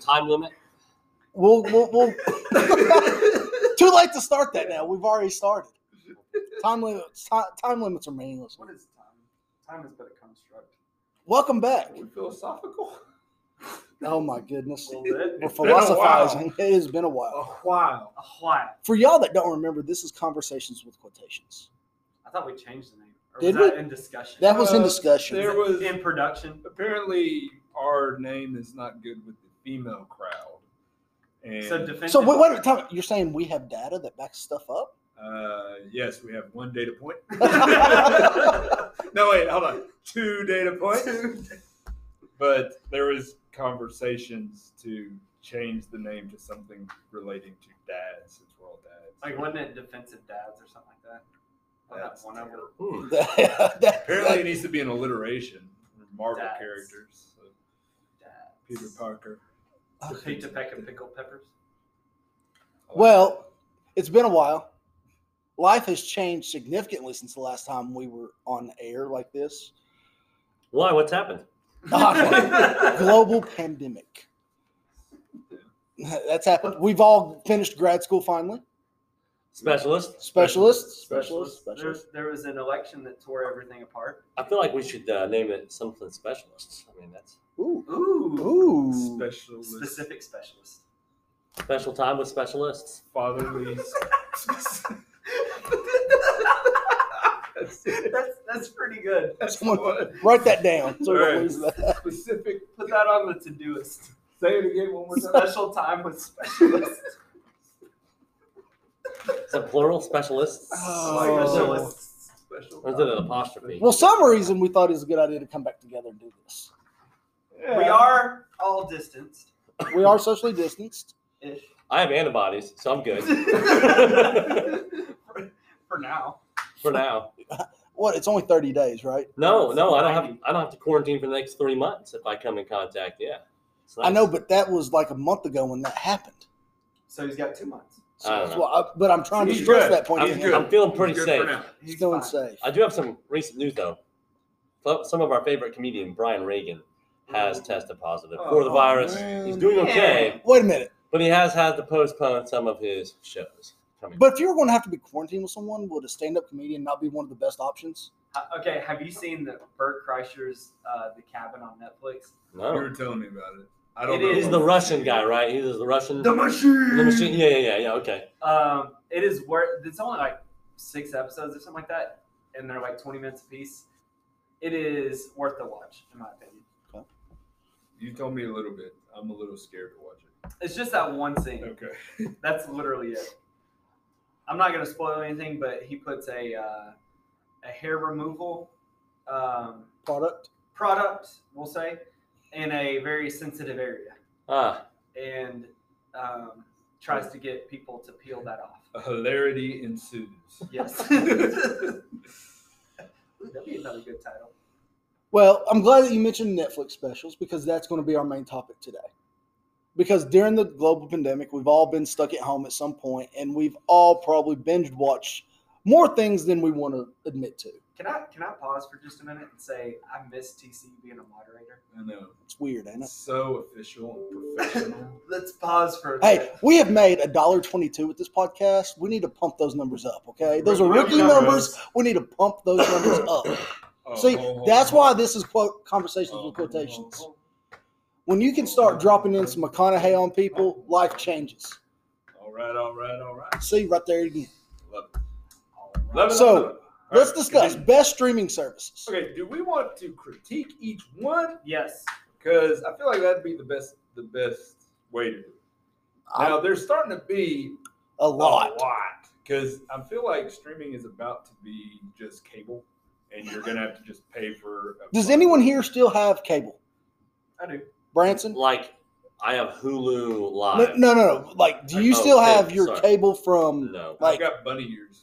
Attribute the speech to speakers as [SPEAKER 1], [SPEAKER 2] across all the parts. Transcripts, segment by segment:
[SPEAKER 1] time limit?
[SPEAKER 2] We'll we'll, we'll too late to start that now. We've already started. Time limits time, time limits are meaningless.
[SPEAKER 3] What is time? Time is but a construct.
[SPEAKER 2] Welcome back.
[SPEAKER 3] Are we philosophical?
[SPEAKER 2] Oh my goodness.
[SPEAKER 3] A little bit.
[SPEAKER 2] We're
[SPEAKER 3] It's been a while.
[SPEAKER 2] philosophizing. It has been a while.
[SPEAKER 3] A while.
[SPEAKER 1] A while.
[SPEAKER 2] For y'all that don't remember, this is conversations with quotations.
[SPEAKER 1] I thought we changed the name. Or
[SPEAKER 2] Did
[SPEAKER 1] was that in discussion?
[SPEAKER 2] That was in
[SPEAKER 4] Uh,
[SPEAKER 2] discussion.
[SPEAKER 4] there was
[SPEAKER 1] in production.
[SPEAKER 4] apparently our name is not good with the female crowd. And,
[SPEAKER 1] So defense.
[SPEAKER 2] So wait, wait a minute, Tom, you're saying we have data that backs stuff up?
[SPEAKER 4] uh, yes, we have one data point.
[SPEAKER 2] minute.
[SPEAKER 4] No, wait, hold on. Two data points. But there was conversations to change the name to something relating to dads, since we're all dads.
[SPEAKER 1] like wasn't it defensive dads or something like that? Or that
[SPEAKER 4] That's
[SPEAKER 1] one over. Hmm.
[SPEAKER 4] terrible.
[SPEAKER 2] That- that-
[SPEAKER 4] Apparently, it needs to be an alliteration. Marvel
[SPEAKER 1] Dads.
[SPEAKER 4] characters. So
[SPEAKER 1] Dads.
[SPEAKER 4] Peter Parker.
[SPEAKER 1] So Pizza peck and pickled peppers.
[SPEAKER 2] Well, it's been a while. Life has changed significantly since the last time we were on air like this.
[SPEAKER 1] Why? What's happened?
[SPEAKER 2] Global pandemic. That's happened. We've all finished grad school finally.
[SPEAKER 1] Specialist. Specialist.
[SPEAKER 2] Specialists. Specialists.
[SPEAKER 3] There,
[SPEAKER 2] Specialists.
[SPEAKER 3] there was an election that tore everything apart.
[SPEAKER 1] I feel like we should uh, name it something specialists. I mean, that's
[SPEAKER 2] Ooh.
[SPEAKER 3] Ooh.
[SPEAKER 2] Ooh.
[SPEAKER 4] special
[SPEAKER 3] Specific specialist.
[SPEAKER 1] special time with specialists.
[SPEAKER 4] fatherly. That's it.
[SPEAKER 3] that's that's pretty good.
[SPEAKER 2] Someone write that down so we
[SPEAKER 4] All
[SPEAKER 2] don't
[SPEAKER 4] right.
[SPEAKER 2] lose that.
[SPEAKER 4] Specific.
[SPEAKER 3] Put that on the to-do list.
[SPEAKER 4] Say it again one more time.
[SPEAKER 3] Special time with specialist.
[SPEAKER 1] Is it plural specialists?
[SPEAKER 2] Oh.
[SPEAKER 3] Specialists.
[SPEAKER 4] Special.
[SPEAKER 1] Or is it an apostrophe?
[SPEAKER 2] Well, some reason we thought it was a good idea to come back together and do this.
[SPEAKER 4] Yeah.
[SPEAKER 3] We are all distanced.
[SPEAKER 2] We are socially distanced.
[SPEAKER 3] Ish.
[SPEAKER 1] I have antibodies, so I'm good
[SPEAKER 3] for, for now.
[SPEAKER 1] for now.
[SPEAKER 2] What? It's only 30 days, right?
[SPEAKER 1] No, no, I don't have I don't have to quarantine for the next three months if I come in contact. Yeah, It's
[SPEAKER 2] I
[SPEAKER 1] nice.
[SPEAKER 2] know, but that was like a month ago when that happened.
[SPEAKER 3] So he's got two months.
[SPEAKER 2] So
[SPEAKER 1] I don't
[SPEAKER 2] that's
[SPEAKER 1] know.
[SPEAKER 2] why I, but I'm trying to
[SPEAKER 4] He's
[SPEAKER 2] stress
[SPEAKER 4] good.
[SPEAKER 2] that point.
[SPEAKER 1] I'm,
[SPEAKER 4] He's
[SPEAKER 2] again.
[SPEAKER 4] good.
[SPEAKER 1] I'm feeling pretty
[SPEAKER 4] Good
[SPEAKER 1] safe.
[SPEAKER 4] for now.
[SPEAKER 3] He's
[SPEAKER 2] Still
[SPEAKER 3] fine.
[SPEAKER 2] unsafe.
[SPEAKER 1] I do have some recent news though. So- Some of our favorite comedian Brian Reagan has tested positive for the
[SPEAKER 4] Oh,
[SPEAKER 1] virus.
[SPEAKER 2] man.
[SPEAKER 1] He's doing okay,
[SPEAKER 2] Wait a minute.
[SPEAKER 1] but he has had to postpone some of his shows. Coming.
[SPEAKER 2] But if you were going to have to be quarantined with someone, would a stand-up comedian not be one of the best options?
[SPEAKER 3] Uh, Okay, have you seen the Bert Kreischer's uh, The Cabin on Netflix?
[SPEAKER 4] You were
[SPEAKER 1] no,
[SPEAKER 4] telling me about it. I don't
[SPEAKER 3] It
[SPEAKER 4] know.
[SPEAKER 3] is
[SPEAKER 1] he's Oh. the Russian guy, right? He's the Russian.
[SPEAKER 3] machine.
[SPEAKER 1] The machine. Yeah, yeah, yeah, yeah. Okay.
[SPEAKER 3] Um, it is worth. It's only like six episodes or something like that, and they're like twenty minutes apiece. It is worth the watch, in my opinion.
[SPEAKER 4] You told me a little bit. I'm a little scared to watch it.
[SPEAKER 3] It's just that one scene.
[SPEAKER 4] Okay.
[SPEAKER 3] That's literally it. I'm not gonna spoil anything, but he puts a uh, a hair removal um,
[SPEAKER 2] Product.
[SPEAKER 3] product, we'll say, in a very sensitive area,
[SPEAKER 1] Ah,
[SPEAKER 3] and um, tries to get people to peel that off.
[SPEAKER 4] A hilarity ensues.
[SPEAKER 3] Yes, that'd be another good title.
[SPEAKER 2] Well, I'm glad that you mentioned Netflix specials because that's going to be our main topic today. Because during the global pandemic, we've all been stuck at home at some point, and we've all probably binge watched more things than we want to admit to.
[SPEAKER 3] Can I can I pause for just a minute and say I miss TC being a moderator?
[SPEAKER 4] I know.
[SPEAKER 2] It's weird, ain't it?
[SPEAKER 4] It's so official and professional.
[SPEAKER 3] Let's pause for a
[SPEAKER 2] Hey,
[SPEAKER 3] minute.
[SPEAKER 2] we have made a dollar twenty-two with this podcast. We need to pump those numbers up, okay? Those are
[SPEAKER 4] Rookie
[SPEAKER 2] rookie
[SPEAKER 4] numbers.
[SPEAKER 2] numbers. We need to pump those numbers up.
[SPEAKER 4] Oh,
[SPEAKER 2] See,
[SPEAKER 4] hold, hold,
[SPEAKER 2] that's
[SPEAKER 4] hold.
[SPEAKER 2] why this is quote conversations
[SPEAKER 4] Oh,
[SPEAKER 2] with
[SPEAKER 4] hold,
[SPEAKER 2] quotations.
[SPEAKER 4] hold,
[SPEAKER 2] When you can start dropping in some McConaughey on people, life changes.
[SPEAKER 4] hold. All right, all right, all right.
[SPEAKER 2] See right there again.
[SPEAKER 4] Love it.
[SPEAKER 3] All
[SPEAKER 4] Love it,
[SPEAKER 2] So,
[SPEAKER 4] love it, love it. All
[SPEAKER 2] Let's
[SPEAKER 4] right,
[SPEAKER 2] discuss
[SPEAKER 4] continue.
[SPEAKER 2] best streaming services.
[SPEAKER 4] Okay, do we want to critique each one?
[SPEAKER 3] Yes.
[SPEAKER 4] Because I feel like that'd be the best the best way to do it. Now
[SPEAKER 2] I-
[SPEAKER 4] there's starting to be
[SPEAKER 2] a
[SPEAKER 4] a
[SPEAKER 2] lot.
[SPEAKER 4] Because I feel like streaming is about to be just cable, and you're gonna have to just pay for. a
[SPEAKER 2] Does
[SPEAKER 4] bundle.
[SPEAKER 2] anyone here still have cable?
[SPEAKER 3] I do.
[SPEAKER 2] Branson?
[SPEAKER 1] like I have Hulu
[SPEAKER 2] No,
[SPEAKER 1] Live.
[SPEAKER 2] no, no. no. Like, do you
[SPEAKER 1] Oh,
[SPEAKER 2] still have
[SPEAKER 1] cable,
[SPEAKER 2] your
[SPEAKER 1] sorry.
[SPEAKER 2] cable from?
[SPEAKER 1] No.
[SPEAKER 4] I've
[SPEAKER 2] Like,
[SPEAKER 4] got bunny ears.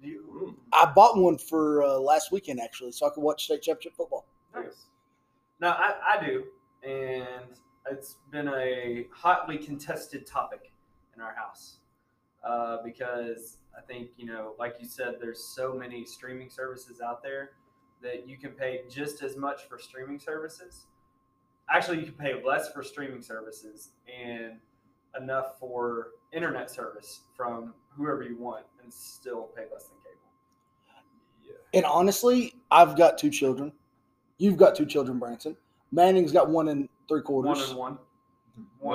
[SPEAKER 3] You
[SPEAKER 2] I bought one for uh, last weekend actually, so I could watch state championship football.
[SPEAKER 3] nice. No, I, I do. And it's been a hotly contested topic in our house. Uh, because I think, you know, like you said, there's so many streaming services out there that you can pay just as much for streaming services. actually you can pay less for streaming services and enough for internet service from whoever you want and still pay less than cable.
[SPEAKER 2] And honestly, I've got two children. You've got two children, Branson. Manning's got one and three quarters.
[SPEAKER 3] One and one.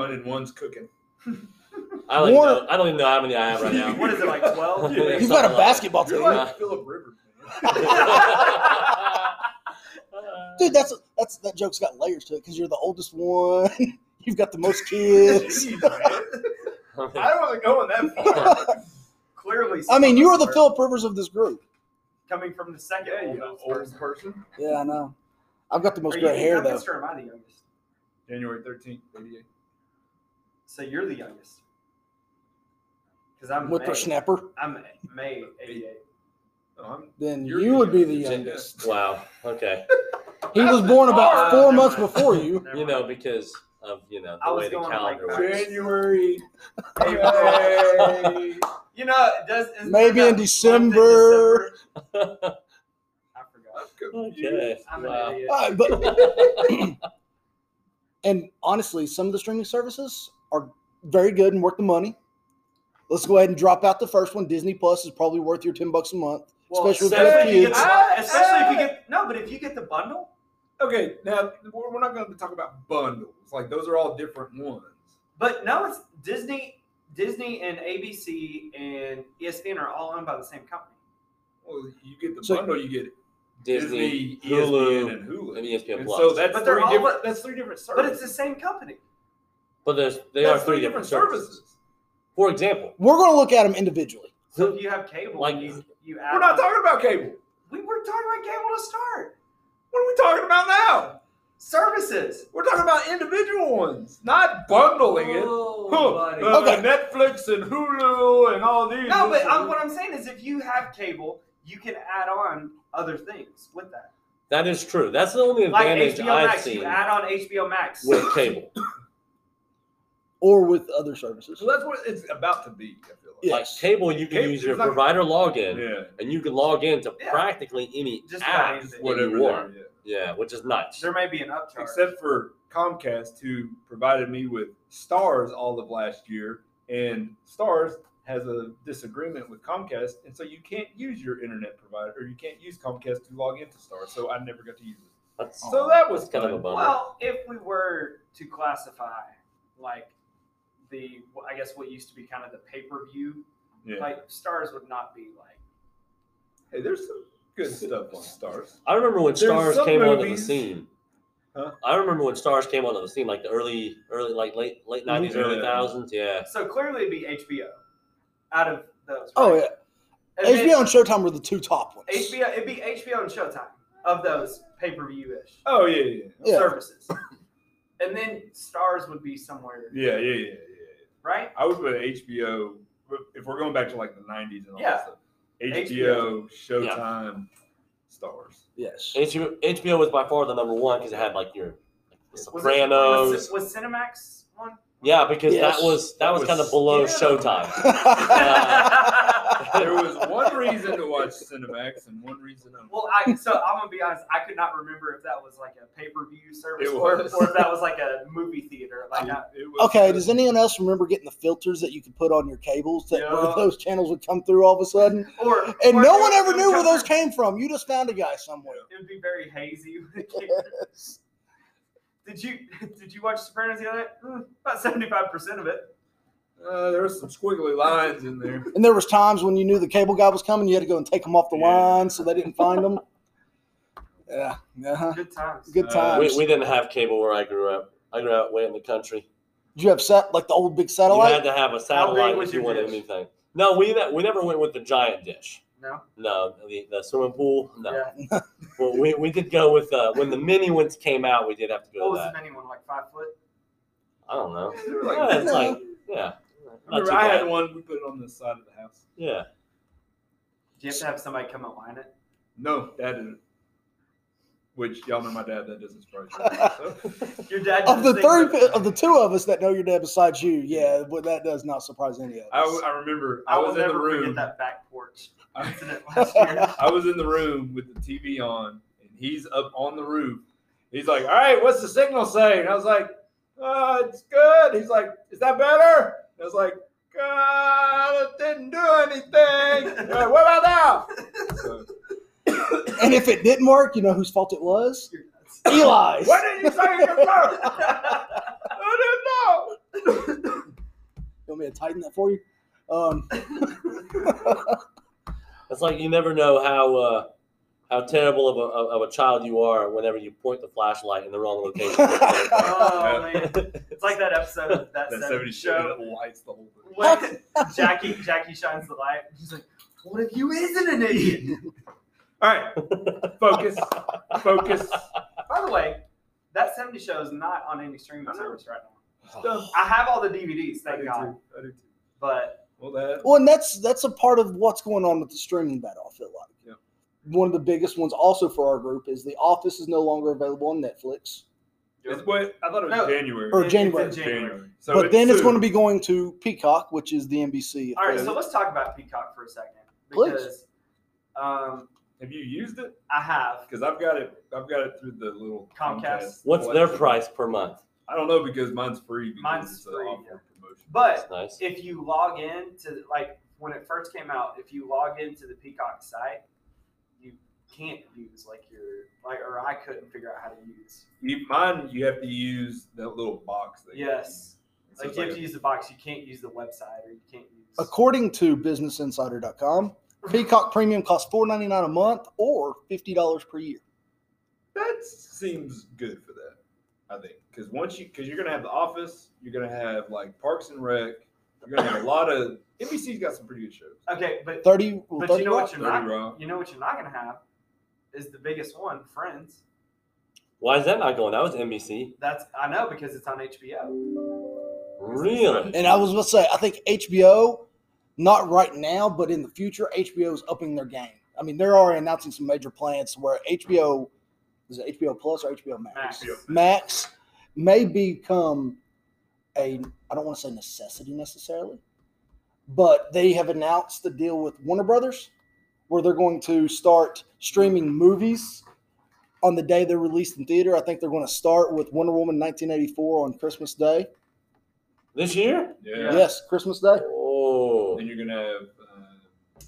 [SPEAKER 4] One and one's cooking.
[SPEAKER 1] I don't, even
[SPEAKER 2] More-
[SPEAKER 1] know, I don't even know how many I have right now.
[SPEAKER 3] What is it like twelve?
[SPEAKER 1] Yeah,
[SPEAKER 2] You've got a
[SPEAKER 1] something like
[SPEAKER 2] basketball
[SPEAKER 4] You're
[SPEAKER 2] team,
[SPEAKER 1] like-
[SPEAKER 4] like Philip Rivers.
[SPEAKER 2] dude. That's that's that joke's got layers to it because you're the oldest one. You've got the most kids.
[SPEAKER 4] Jeez, man. I don't really go on that far.
[SPEAKER 3] Clearly,
[SPEAKER 2] I mean, you are the
[SPEAKER 3] someone-
[SPEAKER 2] Philip Rivers of this group.
[SPEAKER 3] coming from the second
[SPEAKER 4] yeah, you
[SPEAKER 3] oldest
[SPEAKER 4] old
[SPEAKER 3] person.
[SPEAKER 4] person.
[SPEAKER 2] Yeah, I know. I've got the most
[SPEAKER 3] Are you
[SPEAKER 2] gray
[SPEAKER 3] the
[SPEAKER 2] hair though.
[SPEAKER 3] youngest Or am I the youngest?
[SPEAKER 4] January 13th, 88.
[SPEAKER 3] So you're the youngest. Because I'm May.
[SPEAKER 2] Whippersnapper.
[SPEAKER 3] I'm May '88.
[SPEAKER 4] Oh, I'm,
[SPEAKER 2] Then
[SPEAKER 4] You're
[SPEAKER 2] you
[SPEAKER 4] the
[SPEAKER 2] would be the
[SPEAKER 4] youngest.
[SPEAKER 2] youngest.
[SPEAKER 1] wow. Okay.
[SPEAKER 2] He was born about
[SPEAKER 3] Uh,
[SPEAKER 2] four
[SPEAKER 3] never
[SPEAKER 2] months
[SPEAKER 3] mind.
[SPEAKER 2] before you.
[SPEAKER 3] Never
[SPEAKER 1] You
[SPEAKER 3] mind.
[SPEAKER 1] know, because of you know
[SPEAKER 3] I
[SPEAKER 1] the
[SPEAKER 3] was
[SPEAKER 1] way the
[SPEAKER 3] going, like,
[SPEAKER 1] calendar works.
[SPEAKER 4] January.
[SPEAKER 3] April. you know, it does isn't there
[SPEAKER 2] Maybe
[SPEAKER 3] that
[SPEAKER 2] in
[SPEAKER 3] month
[SPEAKER 2] December.
[SPEAKER 3] December? I forgot.
[SPEAKER 1] okay.
[SPEAKER 3] I'm an
[SPEAKER 1] Wow.
[SPEAKER 3] idiot.
[SPEAKER 2] All right, but and honestly, some of the streaming services are very good and worth the money. Let's go ahead and drop out the first one. Disney Plus is probably worth your ten bucks a month,
[SPEAKER 3] Well,
[SPEAKER 2] especially
[SPEAKER 4] so-
[SPEAKER 2] with
[SPEAKER 3] especially,
[SPEAKER 2] those
[SPEAKER 3] if you get
[SPEAKER 2] kids.
[SPEAKER 4] Ah,
[SPEAKER 3] the, especially if you
[SPEAKER 4] ah.
[SPEAKER 3] get no, but if you get the bundle,
[SPEAKER 4] Okay, now we're we're not going to talk about bundles. Like those are all different ones.
[SPEAKER 3] but no, it's Disney, Disney and ABC and E ESPN are all owned by the same company.
[SPEAKER 4] Well, you get the
[SPEAKER 2] So-
[SPEAKER 4] bundle, you get
[SPEAKER 1] Disney,
[SPEAKER 4] Disney, E
[SPEAKER 1] Hulu,
[SPEAKER 4] ESPN, and Hulu.
[SPEAKER 1] and E ESPN
[SPEAKER 4] And
[SPEAKER 1] Plus.
[SPEAKER 4] so that's
[SPEAKER 3] But they're
[SPEAKER 4] three
[SPEAKER 3] all-
[SPEAKER 4] different. that's three different services.
[SPEAKER 3] But it's the same company.
[SPEAKER 1] but there's they
[SPEAKER 4] that's
[SPEAKER 1] are three different services. For example,
[SPEAKER 2] We're going to look at them individually.
[SPEAKER 3] So if you have cable,
[SPEAKER 1] Like-
[SPEAKER 3] you, you add
[SPEAKER 4] We're not
[SPEAKER 3] on-
[SPEAKER 4] talking about cable.
[SPEAKER 3] We were talking about cable to start
[SPEAKER 4] What are we talking about now?
[SPEAKER 3] services.
[SPEAKER 4] We're talking about individual ones, not bundling it.
[SPEAKER 3] Oh,
[SPEAKER 4] Huh,
[SPEAKER 3] buddy.
[SPEAKER 4] uh,
[SPEAKER 2] Okay.
[SPEAKER 4] Netflix and Hulu and all these.
[SPEAKER 3] No, but
[SPEAKER 4] This
[SPEAKER 3] I'm,
[SPEAKER 4] is-
[SPEAKER 3] what I'm saying is, if you have cable, you can add on other things with that,
[SPEAKER 1] that is true. That's the only
[SPEAKER 3] like
[SPEAKER 1] advantage
[SPEAKER 3] HBO
[SPEAKER 1] I've
[SPEAKER 3] Max.
[SPEAKER 1] seen
[SPEAKER 3] You add on HBO Max.
[SPEAKER 1] with cable.
[SPEAKER 2] Or with other services.
[SPEAKER 4] So that's what it's about to be. I feel like.
[SPEAKER 2] Yeah.
[SPEAKER 1] Like
[SPEAKER 2] Yes.
[SPEAKER 1] cable, you can
[SPEAKER 4] Cable-
[SPEAKER 1] use your
[SPEAKER 4] it's not-
[SPEAKER 1] provider login,
[SPEAKER 4] Yeah,
[SPEAKER 1] and you can log into
[SPEAKER 3] Yeah.
[SPEAKER 1] practically any
[SPEAKER 3] Just about
[SPEAKER 1] app
[SPEAKER 3] anything.
[SPEAKER 1] that
[SPEAKER 4] whatever.
[SPEAKER 1] you want.
[SPEAKER 4] there, yeah.
[SPEAKER 1] Yeah, which is nice.
[SPEAKER 3] there may be an upcharge.
[SPEAKER 4] Except for Comcast, who provided me with Stars all of last year, and Stars has a disagreement with Comcast, and so you can't use your internet provider, or you can't use Comcast to log into Stars. So I never got to use it.
[SPEAKER 1] That's
[SPEAKER 4] So that was
[SPEAKER 1] that's kind of a
[SPEAKER 4] fun.
[SPEAKER 1] bummer.
[SPEAKER 3] well, if we were to classify, like the I guess what used to be kind of the pay per view,
[SPEAKER 4] Yeah.
[SPEAKER 3] like stars would not be like.
[SPEAKER 4] hey, there's some good stuff on Stars.
[SPEAKER 1] I remember when
[SPEAKER 4] There's
[SPEAKER 1] Stars
[SPEAKER 4] some
[SPEAKER 1] came onto the
[SPEAKER 4] movies-
[SPEAKER 1] scene.
[SPEAKER 4] Huh?
[SPEAKER 1] I remember when Stars came onto the scene, like the early, early, like late, late 90s early
[SPEAKER 4] Yeah.
[SPEAKER 1] thousands. Yeah,
[SPEAKER 3] So clearly, it'd be HBO out of those.
[SPEAKER 2] Oh
[SPEAKER 3] right?
[SPEAKER 2] yeah,
[SPEAKER 3] And then-
[SPEAKER 2] HBO and Showtime were the two top ones.
[SPEAKER 3] HBO, it'd be HBO and Showtime of those pay per view ish
[SPEAKER 4] Oh yeah, yeah,
[SPEAKER 2] Yeah.
[SPEAKER 3] services. And then stars would be somewhere,
[SPEAKER 4] yeah, yeah, yeah. yeah, yeah.
[SPEAKER 3] right?
[SPEAKER 4] I would put HBO if we're going back to like the nineties and all
[SPEAKER 3] Yeah.
[SPEAKER 4] that stuff. HBO, Showtime, Stars.
[SPEAKER 2] Yes.
[SPEAKER 1] HBO, HBO was by far the number one because it had like your The
[SPEAKER 3] Was it-
[SPEAKER 1] Sopranos.
[SPEAKER 3] Was, was Cinemax one?
[SPEAKER 1] yeah, because
[SPEAKER 2] Yes.
[SPEAKER 1] that was that
[SPEAKER 4] That
[SPEAKER 1] was,
[SPEAKER 4] was-
[SPEAKER 1] kind of below
[SPEAKER 3] Yeah.
[SPEAKER 1] Showtime.
[SPEAKER 3] Uh,
[SPEAKER 1] Uh.
[SPEAKER 4] There was one reason to watch Cinemax and one reason to
[SPEAKER 3] well, I so I'm gonna be honest. I could not remember if that was like a pay per view service
[SPEAKER 4] It
[SPEAKER 3] or,
[SPEAKER 4] was.
[SPEAKER 3] or if that was like a movie theater. Like, I,
[SPEAKER 4] It was-
[SPEAKER 2] Okay. Does anyone else remember getting the filters that you could put on your cables that where
[SPEAKER 4] Yeah.
[SPEAKER 2] those channels would come through all of a sudden?
[SPEAKER 3] or
[SPEAKER 2] And
[SPEAKER 3] or
[SPEAKER 2] no one
[SPEAKER 3] it would-
[SPEAKER 2] ever
[SPEAKER 3] it would
[SPEAKER 2] knew where
[SPEAKER 3] come
[SPEAKER 2] those
[SPEAKER 3] through-
[SPEAKER 2] came from. You just found a guy somewhere.
[SPEAKER 3] It would be very hazy. when it came- did you did you watch Sopranos the other night? Mm, about seventy five percent of it.
[SPEAKER 4] Uh, there was some squiggly lines in there.
[SPEAKER 2] And there was times when you knew the cable guy was coming, you had to go and take him off the
[SPEAKER 4] Yeah.
[SPEAKER 2] line so they didn't find him. Yeah. Uh-huh.
[SPEAKER 3] Good times.
[SPEAKER 2] Good
[SPEAKER 4] Uh,
[SPEAKER 2] times.
[SPEAKER 1] We, we didn't have cable where I grew up. I grew up way in the country.
[SPEAKER 2] Did you have set like the old big
[SPEAKER 1] You
[SPEAKER 2] satellite?
[SPEAKER 1] had to have a satellite
[SPEAKER 3] was
[SPEAKER 1] if you
[SPEAKER 3] your
[SPEAKER 1] wanted
[SPEAKER 3] dish?
[SPEAKER 1] anything. No, we ne- we never went with the giant dish.
[SPEAKER 3] No.
[SPEAKER 1] No, the, the swimming pool. No,
[SPEAKER 3] Yeah.
[SPEAKER 1] well, we, we did go with uh, when the mini ones came out. We did have to go
[SPEAKER 3] What
[SPEAKER 1] with
[SPEAKER 3] was the
[SPEAKER 1] that.
[SPEAKER 3] mini one like five foot?
[SPEAKER 1] I don't know.
[SPEAKER 4] They were
[SPEAKER 1] Yeah,
[SPEAKER 4] like-
[SPEAKER 1] it's like yeah,
[SPEAKER 4] I remember
[SPEAKER 1] too
[SPEAKER 4] I had
[SPEAKER 1] bad.
[SPEAKER 4] one. We put it on the side of the house.
[SPEAKER 1] yeah.
[SPEAKER 3] Do you have to have somebody come and line it?
[SPEAKER 4] No, that is. Which y'all know my dad. That doesn't surprise you. So,
[SPEAKER 3] Your dad.
[SPEAKER 2] of
[SPEAKER 3] did
[SPEAKER 2] the
[SPEAKER 3] thing
[SPEAKER 2] three of the two of us that know your dad besides you, yeah, but that does not surprise any of
[SPEAKER 4] I,
[SPEAKER 2] us.
[SPEAKER 4] I remember
[SPEAKER 3] I,
[SPEAKER 4] I
[SPEAKER 3] will
[SPEAKER 4] was in the
[SPEAKER 3] never forget
[SPEAKER 4] room.
[SPEAKER 3] that back porch
[SPEAKER 4] I-
[SPEAKER 3] incident last year.
[SPEAKER 4] I was in the room with the TV on, and he's up on the roof, He's like, all right, what's the signal say? And I was like, uh, it's good. He's like, is that better? And I was like, God, it didn't do anything. He's like, what about now? So,
[SPEAKER 2] And if it didn't work, you know whose fault it was?
[SPEAKER 3] You're nuts.
[SPEAKER 2] Eli's.
[SPEAKER 4] what did you say in your phone? I
[SPEAKER 2] You want me to tighten that for you? Um,
[SPEAKER 1] It's like you never know how uh, how terrible of a, of a child you are whenever you point the flashlight in the wrong location.
[SPEAKER 2] uh,
[SPEAKER 3] oh man, it's like that episode of that,
[SPEAKER 4] don't know.
[SPEAKER 3] 70s show.
[SPEAKER 4] lights the whole thing.
[SPEAKER 3] When Jackie Jackie shines the light. He's like, "What if you isn't an idiot?"
[SPEAKER 4] All right, focus, focus.
[SPEAKER 3] By the way, that 70 show is not on any streaming service right now.
[SPEAKER 4] Stuff.
[SPEAKER 3] I have all the DVDs,
[SPEAKER 4] I do
[SPEAKER 3] thank God.
[SPEAKER 4] too. I do too.
[SPEAKER 3] But
[SPEAKER 4] Well, that
[SPEAKER 2] well, and that's that's a part of what's going on with the streaming battle. I feel like
[SPEAKER 4] Yeah.
[SPEAKER 2] one of the biggest ones, also for our group, is The Office is no longer available on Netflix,
[SPEAKER 4] is what I thought it was
[SPEAKER 3] No.
[SPEAKER 4] January.
[SPEAKER 2] Or
[SPEAKER 3] it-
[SPEAKER 2] January.
[SPEAKER 3] It's in January.
[SPEAKER 4] So
[SPEAKER 2] but then it's
[SPEAKER 4] soon.
[SPEAKER 2] going to be going to Peacock, which is the NBC.
[SPEAKER 3] All right, so
[SPEAKER 2] affiliate.
[SPEAKER 3] let's talk about Peacock for a second
[SPEAKER 2] Please.
[SPEAKER 3] because um,
[SPEAKER 4] Have you used it?
[SPEAKER 3] I have.
[SPEAKER 4] Because I've got it. I've got it through the little
[SPEAKER 3] Comcast.
[SPEAKER 1] What's their price per month?
[SPEAKER 4] I don't know because mine's free. Because
[SPEAKER 3] Mine's
[SPEAKER 4] it's
[SPEAKER 3] free,
[SPEAKER 4] An offer
[SPEAKER 3] yeah.
[SPEAKER 4] promotion.
[SPEAKER 3] But
[SPEAKER 1] That's nice.
[SPEAKER 3] if you log in to like when it first came out, if you log into the Peacock site, you can't use like your like or I couldn't figure out how to use.
[SPEAKER 4] You, mine, you have to use that little box. That
[SPEAKER 3] Yes. Like you
[SPEAKER 4] You use. So
[SPEAKER 3] have
[SPEAKER 4] it's
[SPEAKER 3] to
[SPEAKER 4] like
[SPEAKER 3] use the box. You can't use the website or you can't use.
[SPEAKER 2] According to BusinessInsider.com, Peacock Premium costs $4.99 a month or fifty dollars per year.
[SPEAKER 4] a- that seems good for that. I think because once you because you're gonna have the office, you're gonna have like Parks and Rec. You're gonna have a lot of NBC's got some pretty good shows.
[SPEAKER 3] Okay, but
[SPEAKER 2] Thirty. well,
[SPEAKER 3] but
[SPEAKER 2] 30
[SPEAKER 3] you know what you're not.
[SPEAKER 4] Thirty Rock.
[SPEAKER 3] You know what you're not gonna have is the biggest one, Friends.
[SPEAKER 1] Why is that not going? That was NBC.
[SPEAKER 3] That's I know because it's on HBO.
[SPEAKER 1] Really?
[SPEAKER 2] And I was going to say, I think HBO, not right now, but in the future, HBO is upping their game. I mean, they're already announcing some major plans where HBO, is it HBO Plus or HBO Max?
[SPEAKER 3] Max.
[SPEAKER 2] Max may become a, I don't want to say necessity necessarily, but they have announced the deal with Warner Brothers where they're going to start streaming movies on the day they're released in theater. I think they're going to start with Wonder Woman 1984 on Christmas Day.
[SPEAKER 1] This year?
[SPEAKER 4] Yeah.
[SPEAKER 3] Yeah.
[SPEAKER 2] Yes, Christmas Day.
[SPEAKER 1] Oh.
[SPEAKER 4] Then you're gonna have uh,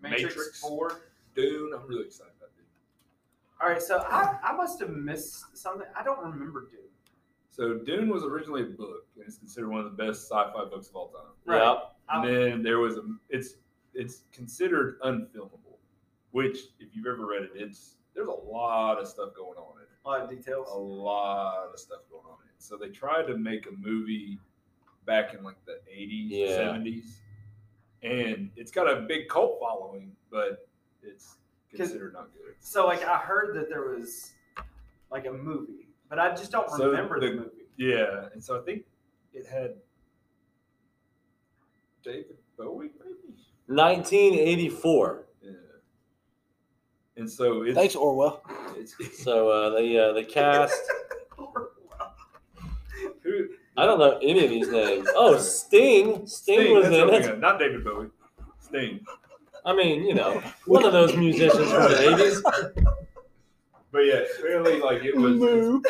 [SPEAKER 3] Matrix,
[SPEAKER 4] Matrix.
[SPEAKER 3] Four.
[SPEAKER 4] Dune. I'm really excited about Dune.
[SPEAKER 3] All right, so I, I must have missed something. I don't remember Dune.
[SPEAKER 4] So Dune was originally a book, and it's considered one of the best sci-fi books of all time.
[SPEAKER 3] Right.
[SPEAKER 1] Yeah.
[SPEAKER 4] And
[SPEAKER 3] I-
[SPEAKER 4] then there was a it's it's considered unfilmable, which if you've ever read it, it's there's a lot of stuff going on in it.
[SPEAKER 3] A lot of
[SPEAKER 4] A
[SPEAKER 3] details.
[SPEAKER 4] lot of stuff going on in it. So they tried to make a movie back in like the 80s,
[SPEAKER 1] Yeah.
[SPEAKER 4] 70s. And it's got a big cult following, but it's
[SPEAKER 3] 'Cause-
[SPEAKER 4] considered not good.
[SPEAKER 3] So like I heard that there was like a movie, but I just don't
[SPEAKER 4] So
[SPEAKER 3] remember the,
[SPEAKER 4] the-
[SPEAKER 3] movie.
[SPEAKER 4] Yeah, and so I think it had David Bowie, maybe.
[SPEAKER 1] 1984.
[SPEAKER 4] Yeah. And so it's,
[SPEAKER 2] Thanks, Orwell.
[SPEAKER 4] it's
[SPEAKER 1] So uh, the uh, the cast.
[SPEAKER 4] who
[SPEAKER 1] I don't know any of these names. Oh, Sting. Sting, was
[SPEAKER 4] that's
[SPEAKER 1] in
[SPEAKER 4] what we
[SPEAKER 1] it.
[SPEAKER 4] got. Not David Bowie. Sting.
[SPEAKER 1] I mean, you know, one of those musicians from the 80s.
[SPEAKER 4] But yeah, apparently like it was
[SPEAKER 2] Moo.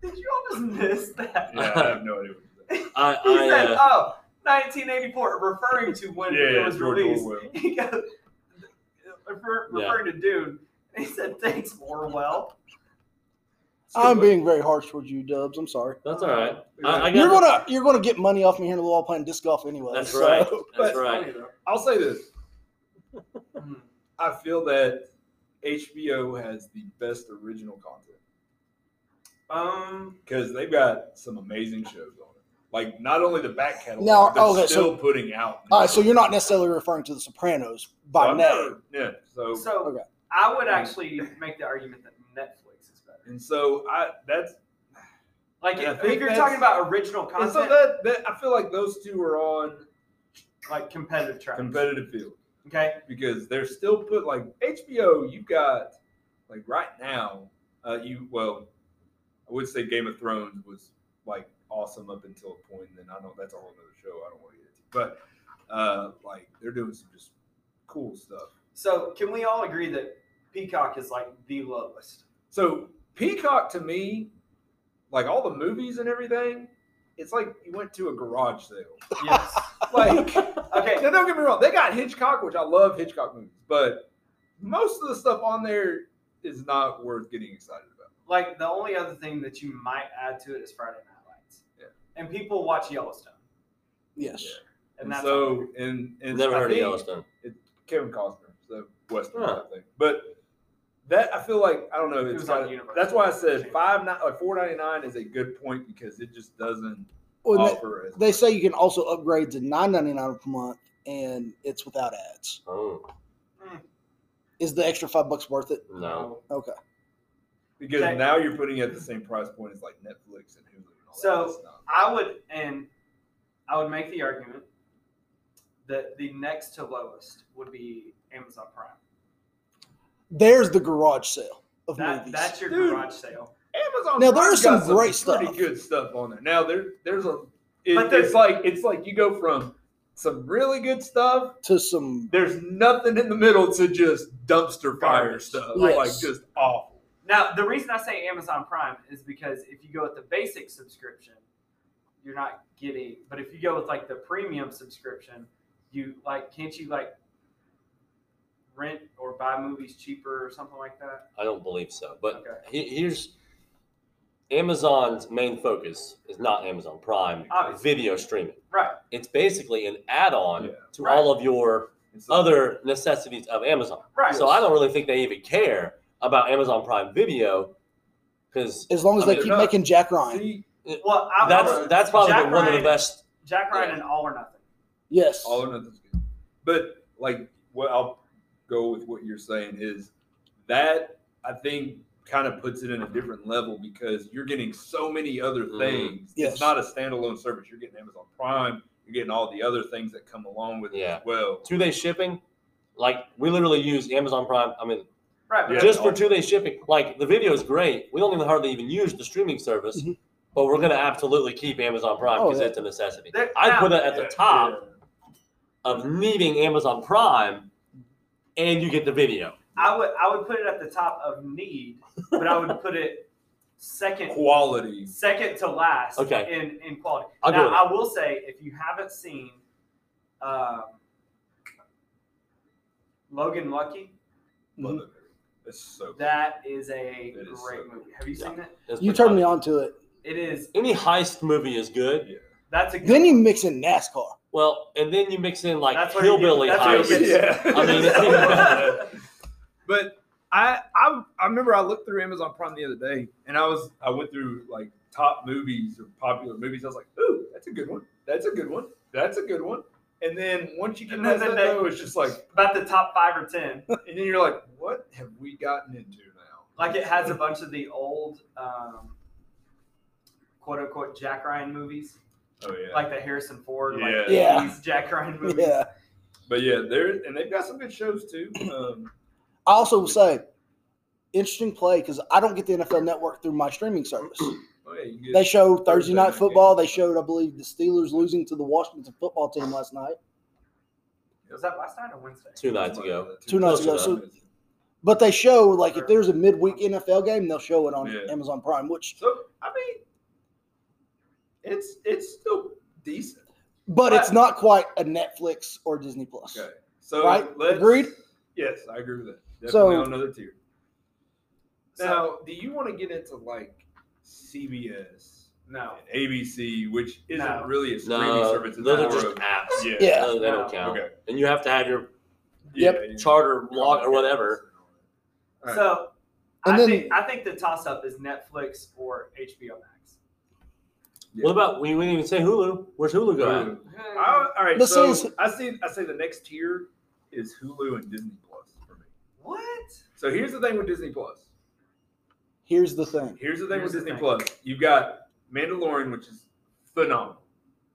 [SPEAKER 3] Did you all just miss that?
[SPEAKER 4] Yeah, I have no idea what it is.
[SPEAKER 1] I,
[SPEAKER 3] He
[SPEAKER 1] I,
[SPEAKER 3] said,
[SPEAKER 1] uh,
[SPEAKER 3] "Oh, 1984," referring to when
[SPEAKER 4] Yeah,
[SPEAKER 3] it was
[SPEAKER 4] George
[SPEAKER 3] released.
[SPEAKER 4] Orwell.
[SPEAKER 3] He goes, refer,
[SPEAKER 1] Yeah.
[SPEAKER 3] referring to Dune. He said, "Thanks, Orwell."
[SPEAKER 2] I'm being very harsh towards you, Dubs. I'm sorry.
[SPEAKER 1] that's all right.
[SPEAKER 3] Um,
[SPEAKER 1] I, I got
[SPEAKER 2] You're gonna you're gonna get money off me here in the wall playing disc golf anyway.
[SPEAKER 1] That's
[SPEAKER 2] so-
[SPEAKER 1] right. That's
[SPEAKER 4] but-
[SPEAKER 1] right.
[SPEAKER 4] I'll say this.
[SPEAKER 3] Hmm.
[SPEAKER 4] I feel that HBO has the best original content
[SPEAKER 3] Um,
[SPEAKER 4] because they've got some amazing shows on it. Like not only the back catalog,
[SPEAKER 2] Now,
[SPEAKER 4] they're
[SPEAKER 2] okay, so-
[SPEAKER 4] still putting out.
[SPEAKER 2] All right, so you're not necessarily referring to The Sopranos by
[SPEAKER 4] So I'm
[SPEAKER 2] name.
[SPEAKER 4] not- Yeah. So
[SPEAKER 3] so
[SPEAKER 2] Okay.
[SPEAKER 3] I would actually make the argument that Netflix is better.
[SPEAKER 4] and so I that's
[SPEAKER 3] Like,
[SPEAKER 4] Yeah, I
[SPEAKER 3] if,
[SPEAKER 4] think
[SPEAKER 3] if you're
[SPEAKER 4] that's-
[SPEAKER 3] talking about original
[SPEAKER 4] and so
[SPEAKER 3] content,
[SPEAKER 4] that, that I feel like those two are on
[SPEAKER 3] like competitive tracks.
[SPEAKER 4] competitive field.
[SPEAKER 3] Okay.
[SPEAKER 4] because they're still put like HBO. You've got like right now, uh, you well, I would say Game of Thrones was like awesome up until a point. And then I know that's a whole other show. I don't want to get into, but uh, like they're doing some just cool stuff.
[SPEAKER 3] So can we all agree that Peacock is like the lowest?
[SPEAKER 4] So Peacock to me, like all the movies and everything, it's like you went to a garage sale.
[SPEAKER 3] Yes.
[SPEAKER 4] Like
[SPEAKER 3] Okay.
[SPEAKER 4] now don't get me wrong, they got Hitchcock, which I love Hitchcock movies, but most of the stuff on there is not worth getting excited about.
[SPEAKER 3] Like the only other thing that you might add to it is Friday Night Lights.
[SPEAKER 4] Yeah.
[SPEAKER 3] And people watch Yellowstone,
[SPEAKER 2] Yes.
[SPEAKER 3] and that's all.
[SPEAKER 4] so and and
[SPEAKER 1] Never
[SPEAKER 4] I
[SPEAKER 1] heard of
[SPEAKER 4] think-
[SPEAKER 1] Yellowstone.
[SPEAKER 4] Kevin Costner, the Western
[SPEAKER 1] Huh.
[SPEAKER 4] I think. But that I feel like I don't know.
[SPEAKER 3] It
[SPEAKER 4] It's
[SPEAKER 3] was on
[SPEAKER 4] kinda-
[SPEAKER 3] Universal.
[SPEAKER 4] that's why I said five nine like four ninety nine is a good point because it just doesn't
[SPEAKER 2] Well, they-
[SPEAKER 4] offer as
[SPEAKER 2] they say you can also upgrade to nine ninety nine per month, and it's without ads.
[SPEAKER 1] Oh
[SPEAKER 2] Is the extra five bucks worth it?
[SPEAKER 1] no.
[SPEAKER 2] Okay.
[SPEAKER 4] because
[SPEAKER 3] Okay.
[SPEAKER 4] now you're putting it at the same price point as like Netflix and Hulu and all
[SPEAKER 3] So,
[SPEAKER 4] that stuff.
[SPEAKER 3] I would, and I would make the argument that the next to lowest would be Amazon Prime.
[SPEAKER 2] There's the garage sale of
[SPEAKER 3] That,
[SPEAKER 2] movies.
[SPEAKER 3] that's your
[SPEAKER 4] Dude.
[SPEAKER 3] garage sale.
[SPEAKER 4] Amazon
[SPEAKER 2] Now, there
[SPEAKER 4] Prime's
[SPEAKER 2] is some
[SPEAKER 4] got
[SPEAKER 2] great
[SPEAKER 4] pretty
[SPEAKER 2] stuff.
[SPEAKER 4] good stuff on there. Now there there's a it-
[SPEAKER 3] But there's-
[SPEAKER 4] it's like it's like you go from some really good stuff.
[SPEAKER 2] to some
[SPEAKER 4] There's nothing in the middle to just dumpster fire
[SPEAKER 3] Garbage.
[SPEAKER 4] stuff,
[SPEAKER 2] Yes.
[SPEAKER 4] like just awful.
[SPEAKER 3] Now, the reason I say Amazon Prime is because if you go with the basic subscription, you're not getting. But if you go with like the premium subscription, you like can't you like rent or buy movies cheaper or something like that?
[SPEAKER 1] I don't believe so. But
[SPEAKER 3] Okay.
[SPEAKER 1] he- here's Amazon's main focus is not Amazon Prime
[SPEAKER 3] Obviously.
[SPEAKER 1] video streaming.
[SPEAKER 3] Right.
[SPEAKER 1] It's basically an add-on
[SPEAKER 4] Yeah.
[SPEAKER 1] to
[SPEAKER 3] Right.
[SPEAKER 1] all of your
[SPEAKER 4] It's like-
[SPEAKER 1] other necessities of Amazon.
[SPEAKER 3] Right.
[SPEAKER 1] So I don't really think they even care about Amazon Prime Video because
[SPEAKER 2] as long as
[SPEAKER 1] I
[SPEAKER 2] they
[SPEAKER 1] mean,
[SPEAKER 2] keep
[SPEAKER 4] they're not-
[SPEAKER 2] making Jack Ryan.
[SPEAKER 4] See,
[SPEAKER 3] well, I,
[SPEAKER 1] that's that's probably
[SPEAKER 3] Jack
[SPEAKER 1] been one of the
[SPEAKER 3] Ryan-
[SPEAKER 1] best.
[SPEAKER 3] Jack Ryan and All or Nothing.
[SPEAKER 2] yes.
[SPEAKER 4] All or nothing's Oh, good. But like what I'll go with what you're saying is that I think kind of puts it in a different level because you're getting so many other
[SPEAKER 1] Mhm.
[SPEAKER 4] things.
[SPEAKER 2] Yes.
[SPEAKER 4] It's not a standalone service. You're getting Amazon Prime, you're getting all the other things that come along with it
[SPEAKER 1] Yeah.
[SPEAKER 4] as well.
[SPEAKER 1] two day shipping. Like we literally use Amazon Prime. I mean,
[SPEAKER 3] Right. but
[SPEAKER 4] Yeah.
[SPEAKER 1] just for two day shipping. Like the video is great. We don't even hardly even use the streaming service,
[SPEAKER 2] Mhm.
[SPEAKER 1] but we're gonna absolutely keep Amazon Prime
[SPEAKER 2] Oh,
[SPEAKER 1] because
[SPEAKER 2] yeah.
[SPEAKER 1] it's a necessity.
[SPEAKER 3] There-
[SPEAKER 1] I
[SPEAKER 3] now-
[SPEAKER 1] put it at the
[SPEAKER 4] Yeah,
[SPEAKER 1] top of needing Amazon Prime, and you get the video.
[SPEAKER 3] I would I would put it at the top of need, but I would put it
[SPEAKER 4] yeah.
[SPEAKER 3] second
[SPEAKER 4] Quality.
[SPEAKER 3] second to last
[SPEAKER 1] Okay.
[SPEAKER 3] in, in quality.
[SPEAKER 1] I'll go
[SPEAKER 3] now
[SPEAKER 1] with
[SPEAKER 3] I will say if you haven't seen um, Logan Lucky,
[SPEAKER 4] Love
[SPEAKER 2] Mhm.
[SPEAKER 4] it. It's so good.
[SPEAKER 3] that is a
[SPEAKER 4] It is
[SPEAKER 3] great
[SPEAKER 4] so-
[SPEAKER 3] movie. Have you seen it?
[SPEAKER 1] It's
[SPEAKER 2] You
[SPEAKER 1] pretty
[SPEAKER 2] turned me
[SPEAKER 1] much-
[SPEAKER 2] on to it.
[SPEAKER 3] It is
[SPEAKER 1] Any heist movie is good.
[SPEAKER 4] Yeah.
[SPEAKER 3] that's a good
[SPEAKER 2] Then you mix in NASCAR.
[SPEAKER 1] Well, and then you mix in like
[SPEAKER 3] That's where you get-
[SPEAKER 1] hillbilly
[SPEAKER 3] that's where you
[SPEAKER 1] heist.
[SPEAKER 3] get-
[SPEAKER 1] I mean-
[SPEAKER 4] but I, I I remember I looked through Amazon Prime the other day, and I was I went through like top movies or popular movies. I was like, "Ooh, that's a good one. That's a good one. That's a good one." And then once you get
[SPEAKER 3] And then
[SPEAKER 4] past that,
[SPEAKER 3] they-
[SPEAKER 4] though, it's just like,
[SPEAKER 3] about the top five or ten.
[SPEAKER 4] and then you're like, "What have we gotten into now?"
[SPEAKER 3] Like it has a bunch of the old um, quote unquote Jack Ryan movies.
[SPEAKER 4] Oh yeah,
[SPEAKER 3] like the Harrison Ford,
[SPEAKER 4] Yeah.
[SPEAKER 3] like
[SPEAKER 2] Yeah.
[SPEAKER 3] 80s Jack Ryan movie.
[SPEAKER 2] Yeah.
[SPEAKER 4] but yeah, there and they've got some good shows too. Um,
[SPEAKER 2] I also will say, interesting play because I don't get the NFL Network through my streaming service.
[SPEAKER 4] oh, yeah, you
[SPEAKER 2] They
[SPEAKER 4] get,
[SPEAKER 2] show Thursday night
[SPEAKER 4] Thursday night
[SPEAKER 2] football. They
[SPEAKER 4] games.
[SPEAKER 2] showed, I believe, the Steelers losing to the Washington football team last night.
[SPEAKER 3] Was that last night or Wednesday?
[SPEAKER 1] Two nights ago.
[SPEAKER 2] Two nights
[SPEAKER 1] ago,
[SPEAKER 2] so- But they show like if there's a midweek NFL game, they'll show it on
[SPEAKER 4] Yeah.
[SPEAKER 2] Amazon Prime, which
[SPEAKER 4] So I mean, it's it's still decent.
[SPEAKER 2] but it's
[SPEAKER 4] Right.
[SPEAKER 2] not quite a Netflix or Disney Plus.
[SPEAKER 4] Okay, so
[SPEAKER 2] Right?
[SPEAKER 4] let's-
[SPEAKER 2] Agreed?
[SPEAKER 4] Yes, I agree with that. Definitely
[SPEAKER 2] So-
[SPEAKER 4] on another tier.
[SPEAKER 3] So-
[SPEAKER 4] Now, do you want to get into like CBS
[SPEAKER 3] no.
[SPEAKER 4] and ABC, which isn't
[SPEAKER 3] No.
[SPEAKER 4] really a streaming
[SPEAKER 1] No,
[SPEAKER 4] service? It's
[SPEAKER 1] those are
[SPEAKER 4] more
[SPEAKER 1] just
[SPEAKER 4] of-
[SPEAKER 1] apps.
[SPEAKER 4] yeah.
[SPEAKER 2] Yeah.
[SPEAKER 1] No, they
[SPEAKER 3] No.
[SPEAKER 1] don't count.
[SPEAKER 4] Okay.
[SPEAKER 1] And you have to have your
[SPEAKER 2] Yep.
[SPEAKER 4] Yeah, yeah.
[SPEAKER 1] charter log or whatever.
[SPEAKER 4] Alright.
[SPEAKER 3] So
[SPEAKER 2] And
[SPEAKER 3] I
[SPEAKER 2] then-
[SPEAKER 3] think I think the toss up is Netflix or HBO Max.
[SPEAKER 4] Yeah.
[SPEAKER 1] What about we, we didn't even say Hulu? Where's Hulu going?
[SPEAKER 4] Hulu.
[SPEAKER 3] Uh,
[SPEAKER 4] I- all right.
[SPEAKER 2] This
[SPEAKER 4] so
[SPEAKER 2] is-
[SPEAKER 4] I see. I say the next tier is Hulu and Disney Plus for me.
[SPEAKER 3] What?
[SPEAKER 4] So here's the thing with Disney Plus.
[SPEAKER 2] Here's the thing.
[SPEAKER 4] Here's the thing
[SPEAKER 3] Here's
[SPEAKER 4] with
[SPEAKER 3] the
[SPEAKER 4] Disney
[SPEAKER 3] thing.
[SPEAKER 4] Plus. You've got Mandalorian, which is phenomenal.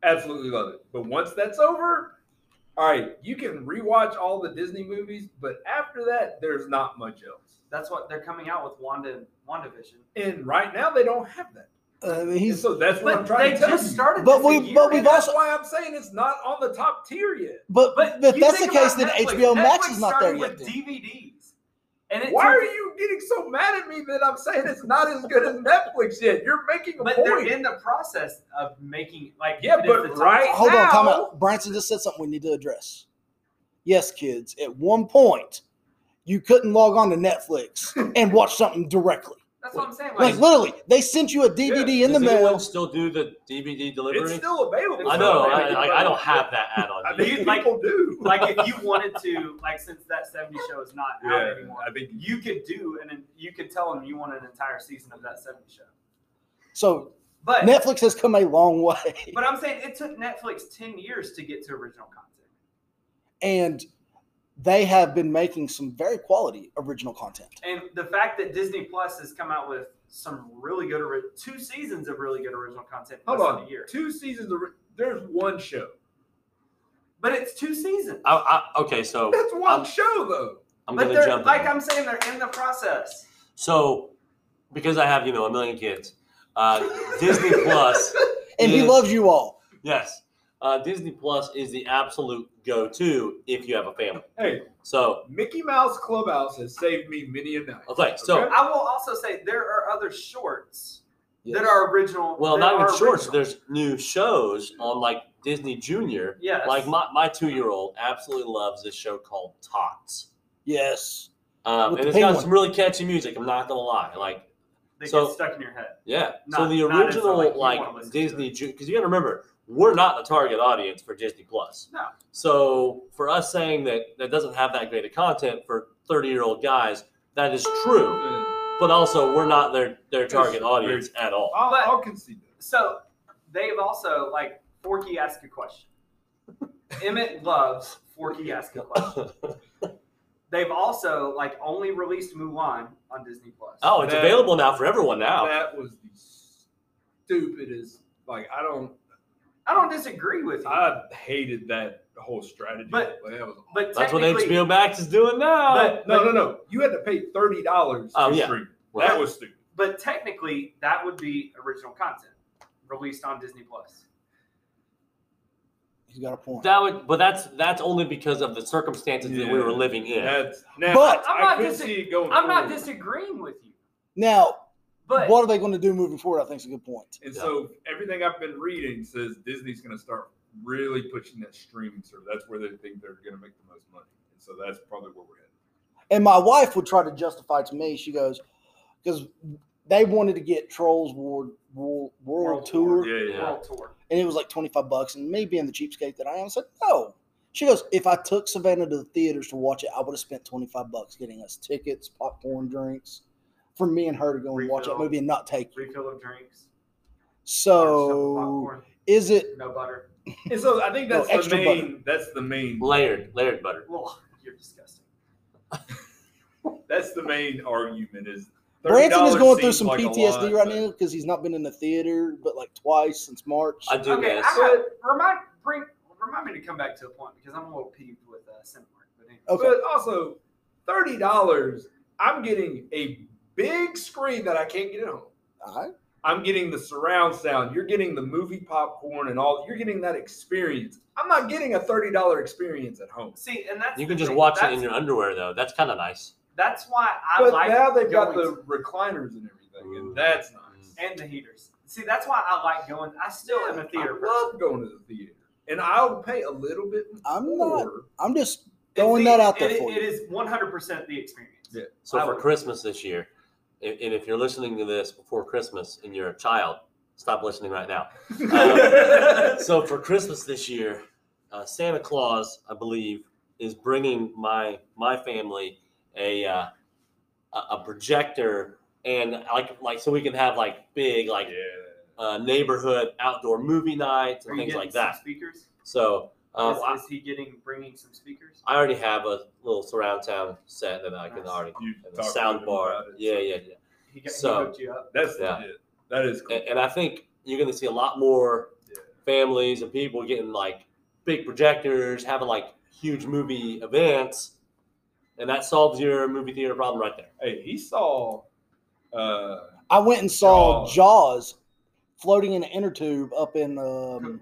[SPEAKER 4] Absolutely love it. But once that's over, all right, you can rewatch all the Disney movies, but after that, there's not much else.
[SPEAKER 3] That's what they're coming out with Wanda WandaVision.
[SPEAKER 4] And right now, they don't have that.
[SPEAKER 2] Uh, I mean,
[SPEAKER 4] And
[SPEAKER 2] he's
[SPEAKER 4] so that's what I'm
[SPEAKER 3] But
[SPEAKER 4] trying
[SPEAKER 3] they
[SPEAKER 4] to tell
[SPEAKER 3] just
[SPEAKER 4] you.
[SPEAKER 3] started.
[SPEAKER 2] But
[SPEAKER 3] this a
[SPEAKER 2] we-
[SPEAKER 3] year
[SPEAKER 2] but we've
[SPEAKER 4] And
[SPEAKER 3] ago.
[SPEAKER 4] that's
[SPEAKER 2] also-
[SPEAKER 4] why I'm saying it's not on the top tier yet.
[SPEAKER 2] but
[SPEAKER 3] But
[SPEAKER 2] but if
[SPEAKER 3] you
[SPEAKER 2] that's the
[SPEAKER 3] think
[SPEAKER 2] case,
[SPEAKER 3] about
[SPEAKER 2] then
[SPEAKER 3] Netflix.
[SPEAKER 2] HBO Max
[SPEAKER 3] Netflix
[SPEAKER 2] is not there
[SPEAKER 3] started
[SPEAKER 2] yet.
[SPEAKER 3] with
[SPEAKER 2] Then.
[SPEAKER 3] DVDs. And it
[SPEAKER 4] Why
[SPEAKER 3] took-
[SPEAKER 4] are you getting so mad at me that I'm saying it's not as good as Netflix yet? You're making a
[SPEAKER 3] But they're
[SPEAKER 4] point.
[SPEAKER 3] in the process of making like
[SPEAKER 4] Yeah,
[SPEAKER 3] it is
[SPEAKER 4] but
[SPEAKER 3] the top-
[SPEAKER 4] right-
[SPEAKER 2] Hold on, time
[SPEAKER 4] Now-
[SPEAKER 2] out. Branson just said something we need to address. Yes, kids, at one point, you couldn't log on to Netflix and watch something directly.
[SPEAKER 3] That's what I'm saying.
[SPEAKER 2] Like,
[SPEAKER 3] Like,
[SPEAKER 2] literally, they sent you a DVD in the
[SPEAKER 1] Does anyone
[SPEAKER 2] mail.
[SPEAKER 1] still do the DVD
[SPEAKER 4] it's
[SPEAKER 1] delivery?
[SPEAKER 4] still available.
[SPEAKER 1] I know. I,
[SPEAKER 4] It's still
[SPEAKER 1] I, I don't have
[SPEAKER 4] available.
[SPEAKER 1] that
[SPEAKER 4] I
[SPEAKER 1] add-on.
[SPEAKER 4] think
[SPEAKER 3] You-
[SPEAKER 4] people
[SPEAKER 3] like-
[SPEAKER 4] do.
[SPEAKER 3] like if you wanted to, like since that 70 show is not out
[SPEAKER 4] Yeah,
[SPEAKER 3] anymore,
[SPEAKER 4] I think-
[SPEAKER 3] you could do and you could tell them you want an entire season of that 70 show.
[SPEAKER 2] So
[SPEAKER 3] But
[SPEAKER 2] Netflix has come a long way.
[SPEAKER 3] but I'm saying it took Netflix 10 years to get to original content.
[SPEAKER 2] And they have been making some very quality original content.
[SPEAKER 3] And the fact that Disney Plus has come out with some really good ori- two seasons of really good original content in
[SPEAKER 4] Hold
[SPEAKER 3] less than
[SPEAKER 4] on.
[SPEAKER 3] a year.
[SPEAKER 4] Two seasons. Of, there's one show.
[SPEAKER 3] But it's two seasons.
[SPEAKER 1] I, I, okay, so
[SPEAKER 4] That's one
[SPEAKER 1] I'm-
[SPEAKER 4] show though.
[SPEAKER 1] I'm
[SPEAKER 3] but
[SPEAKER 1] gonna
[SPEAKER 3] they're
[SPEAKER 1] jump. in.
[SPEAKER 3] like I'm saying they're in the process.
[SPEAKER 1] So, because I have you know a million kids, uh, Disney Plus,
[SPEAKER 2] And he
[SPEAKER 1] Yeah.
[SPEAKER 2] loves you all.
[SPEAKER 1] yes, uh, Disney Plus is the absolute go-to if you have a family.
[SPEAKER 4] Hey,
[SPEAKER 1] So,
[SPEAKER 4] Mickey Mouse Clubhouse has saved me many a night.
[SPEAKER 1] Okay, so-
[SPEAKER 3] I will also say there are other shorts that
[SPEAKER 2] Yes.
[SPEAKER 3] are original.
[SPEAKER 1] well,
[SPEAKER 3] that
[SPEAKER 1] not
[SPEAKER 3] are
[SPEAKER 1] even shorts.
[SPEAKER 3] original.
[SPEAKER 1] There's new shows on like Disney Junior.
[SPEAKER 3] yes.
[SPEAKER 1] Like my, my two-year-old absolutely loves this show called Tots,
[SPEAKER 2] Yes.
[SPEAKER 1] um,
[SPEAKER 2] With
[SPEAKER 1] and
[SPEAKER 2] the
[SPEAKER 1] it's got
[SPEAKER 2] penguin.
[SPEAKER 1] some really catchy music. I'm not gonna lie, like.
[SPEAKER 3] they
[SPEAKER 1] so-
[SPEAKER 3] get stuck in your head.
[SPEAKER 1] Yeah. so
[SPEAKER 3] Not-
[SPEAKER 1] the
[SPEAKER 3] not as a,
[SPEAKER 1] original
[SPEAKER 3] like, you
[SPEAKER 1] like,
[SPEAKER 3] wanna listen to
[SPEAKER 1] Disney because you got to remember we're not the target audience for Disney Plus.
[SPEAKER 3] No.
[SPEAKER 1] So for us saying that that doesn't have that great of content for thirty year old guys, that is true. But also we're not their their target audience at all.
[SPEAKER 4] I'll,
[SPEAKER 3] But-
[SPEAKER 4] I'll concede that.
[SPEAKER 3] So they've also like Forky ask a question. Emmett loves Forky ask a question. They've also like only released Mulan on Disney Plus.
[SPEAKER 1] Oh, it's
[SPEAKER 4] That-
[SPEAKER 1] available now for everyone now.
[SPEAKER 4] That was the stupidest. Like I don't.
[SPEAKER 3] I don't disagree with you,
[SPEAKER 1] Uh,
[SPEAKER 4] I hated that whole strategy.
[SPEAKER 3] But-
[SPEAKER 4] Like, that was
[SPEAKER 3] but
[SPEAKER 1] That's what
[SPEAKER 3] technically-
[SPEAKER 1] HBO Max is doing now.
[SPEAKER 3] But-
[SPEAKER 4] no, no, no. You had to pay thirty dollars
[SPEAKER 1] Oh,
[SPEAKER 4] to
[SPEAKER 1] yeah.
[SPEAKER 4] stream.
[SPEAKER 1] Well,
[SPEAKER 4] that was stupid.
[SPEAKER 3] But technically, that would be original content released on Disney Plus.
[SPEAKER 2] He's got a point.
[SPEAKER 1] that would, but that's that's only because of the circumstances that we
[SPEAKER 4] Yeah.
[SPEAKER 1] were living in.
[SPEAKER 4] That's now,
[SPEAKER 2] But-
[SPEAKER 4] I
[SPEAKER 3] I'm not
[SPEAKER 4] could
[SPEAKER 3] disa-
[SPEAKER 4] see it going.
[SPEAKER 3] I'm
[SPEAKER 1] Oh.
[SPEAKER 3] not
[SPEAKER 4] forward.
[SPEAKER 3] disagreeing with you,
[SPEAKER 2] Now,
[SPEAKER 3] but
[SPEAKER 2] what are they going to do moving forward? I think is a good point.
[SPEAKER 4] And so everything I've been reading says Disney's going to start really pushing that streaming service. That's where they think they're going to make the most money. And so that's probably where we're headed.
[SPEAKER 2] And my wife would try to justify to me. She goes, because they wanted to get Trolls World World, World,
[SPEAKER 3] World
[SPEAKER 2] Tour,
[SPEAKER 3] Tour,
[SPEAKER 4] Yeah, yeah.
[SPEAKER 1] Yeah.
[SPEAKER 3] World Tour.
[SPEAKER 2] and it was like twenty five bucks. And me being the cheapskate that I am, I said no. She goes, if I took Savannah to the theaters to watch it, I would have spent twenty five bucks getting us tickets, popcorn, drinks, for me and her to go and watch that
[SPEAKER 3] Refill.
[SPEAKER 2] movie and not take you.
[SPEAKER 3] Refill of drinks.
[SPEAKER 2] So
[SPEAKER 3] popcorn,
[SPEAKER 2] is it
[SPEAKER 3] no butter.
[SPEAKER 4] And so I think
[SPEAKER 2] No,
[SPEAKER 4] that's the
[SPEAKER 2] extra
[SPEAKER 4] main. That's the main.
[SPEAKER 1] Layered, layered butter.
[SPEAKER 3] Well, you're disgusting.
[SPEAKER 4] That's the main argument. Is
[SPEAKER 2] Branson is
[SPEAKER 4] $30
[SPEAKER 2] going through
[SPEAKER 4] seems
[SPEAKER 2] some
[SPEAKER 4] like a
[SPEAKER 2] PTSD
[SPEAKER 4] lot,
[SPEAKER 2] right
[SPEAKER 4] but-
[SPEAKER 2] now because he's not been in the theater but like twice since March.
[SPEAKER 1] I do
[SPEAKER 3] okay,
[SPEAKER 1] miss.
[SPEAKER 3] I got, remind bring remind me to come back to a point because I'm a little peeved with uh, Cinemark. But anyway.
[SPEAKER 2] okay,
[SPEAKER 4] But also, thirty dollars. I'm getting a big screen that I can't get at home.
[SPEAKER 2] all right.
[SPEAKER 4] I'm getting the surround sound. You're getting the movie popcorn and all. You're getting that experience. I'm not getting a thirty dollar experience at home.
[SPEAKER 3] See, and that's
[SPEAKER 1] You
[SPEAKER 3] the
[SPEAKER 1] can just
[SPEAKER 3] thing.
[SPEAKER 1] watch it
[SPEAKER 3] that's,
[SPEAKER 1] in your underwear though. That's kind of nice.
[SPEAKER 3] That's why I
[SPEAKER 4] but
[SPEAKER 3] like
[SPEAKER 4] now they've got
[SPEAKER 3] going
[SPEAKER 4] the recliners and everything,
[SPEAKER 1] Ooh.
[SPEAKER 4] and that's nice.
[SPEAKER 3] to- and the heaters. See, that's why I like going. I still am a theater
[SPEAKER 4] I
[SPEAKER 3] person.
[SPEAKER 4] love going to the theater, and I'll pay a little bit
[SPEAKER 2] I'm not
[SPEAKER 4] more.
[SPEAKER 2] I'm just
[SPEAKER 3] And
[SPEAKER 2] throwing
[SPEAKER 3] see,
[SPEAKER 2] that out there
[SPEAKER 3] it-
[SPEAKER 2] for you.
[SPEAKER 3] It is 100 percent the experience.
[SPEAKER 4] Yeah.
[SPEAKER 1] So
[SPEAKER 3] I
[SPEAKER 1] for
[SPEAKER 3] would.
[SPEAKER 1] Christmas this year, i- and if you're listening to this before Christmas and you're a child, stop listening right now. Uh, So for Christmas this year, uh, Santa Claus, I believe, is bringing my my family a uh, a a projector and like like so we can have like big like
[SPEAKER 4] yeah.
[SPEAKER 1] uh, neighborhood outdoor movie nights
[SPEAKER 3] Are
[SPEAKER 1] and
[SPEAKER 3] you
[SPEAKER 1] things
[SPEAKER 3] getting
[SPEAKER 1] like
[SPEAKER 3] some
[SPEAKER 1] that.
[SPEAKER 3] Speakers?
[SPEAKER 1] So um,
[SPEAKER 3] is,
[SPEAKER 1] I,
[SPEAKER 3] is he getting bringing some speakers?
[SPEAKER 1] I already have a little surround sound set that I can
[SPEAKER 3] Nice.
[SPEAKER 1] already
[SPEAKER 4] You
[SPEAKER 1] and the
[SPEAKER 4] talked
[SPEAKER 1] sound
[SPEAKER 4] to them
[SPEAKER 1] bar.
[SPEAKER 4] about it.
[SPEAKER 1] Yeah, yeah, yeah.
[SPEAKER 3] He, got,
[SPEAKER 1] So-
[SPEAKER 3] he hooked you up.
[SPEAKER 4] That's
[SPEAKER 1] Yeah.
[SPEAKER 4] legit. That is
[SPEAKER 3] Eh.
[SPEAKER 4] cool.
[SPEAKER 1] and, and I think you're going to see a lot more
[SPEAKER 4] Yeah.
[SPEAKER 1] families and people getting like big projectors, having like huge movie events, and that solves your movie theater problem right there.
[SPEAKER 4] Hey, he saw. Uh,
[SPEAKER 2] I went and saw
[SPEAKER 4] Jaws.
[SPEAKER 2] Jaws floating in an inner tube up in um,
[SPEAKER 3] Cool.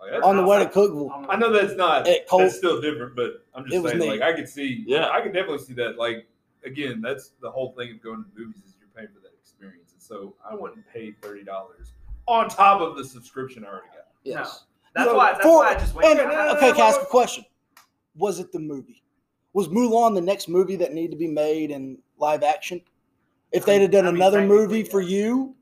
[SPEAKER 4] like, that's-
[SPEAKER 2] on the way to Cookville.
[SPEAKER 3] I'm
[SPEAKER 4] I know that's not.
[SPEAKER 3] Eh,
[SPEAKER 2] At Col-
[SPEAKER 4] That's still different, but I'm
[SPEAKER 2] It
[SPEAKER 4] just
[SPEAKER 2] was
[SPEAKER 4] saying.
[SPEAKER 2] neat.
[SPEAKER 4] Like I could see.
[SPEAKER 1] Yeah.
[SPEAKER 4] I could definitely see that. Like again, that's the whole thing of going to movies is you're paying for that experience. And so I wouldn't pay thirty dollars on top of the subscription I already got.
[SPEAKER 2] Yes.
[SPEAKER 3] That's
[SPEAKER 4] So,
[SPEAKER 3] why. That's
[SPEAKER 2] for-
[SPEAKER 3] why I just went.
[SPEAKER 2] And,
[SPEAKER 4] no, no,
[SPEAKER 2] okay,
[SPEAKER 4] no,
[SPEAKER 2] can I ask a
[SPEAKER 4] no.
[SPEAKER 2] question? Was it the movie? Was Mulan the next movie that needed to be made in live action? If they'd have done
[SPEAKER 3] I mean,
[SPEAKER 2] another movie
[SPEAKER 3] technically,
[SPEAKER 2] for
[SPEAKER 3] yes.
[SPEAKER 2] you,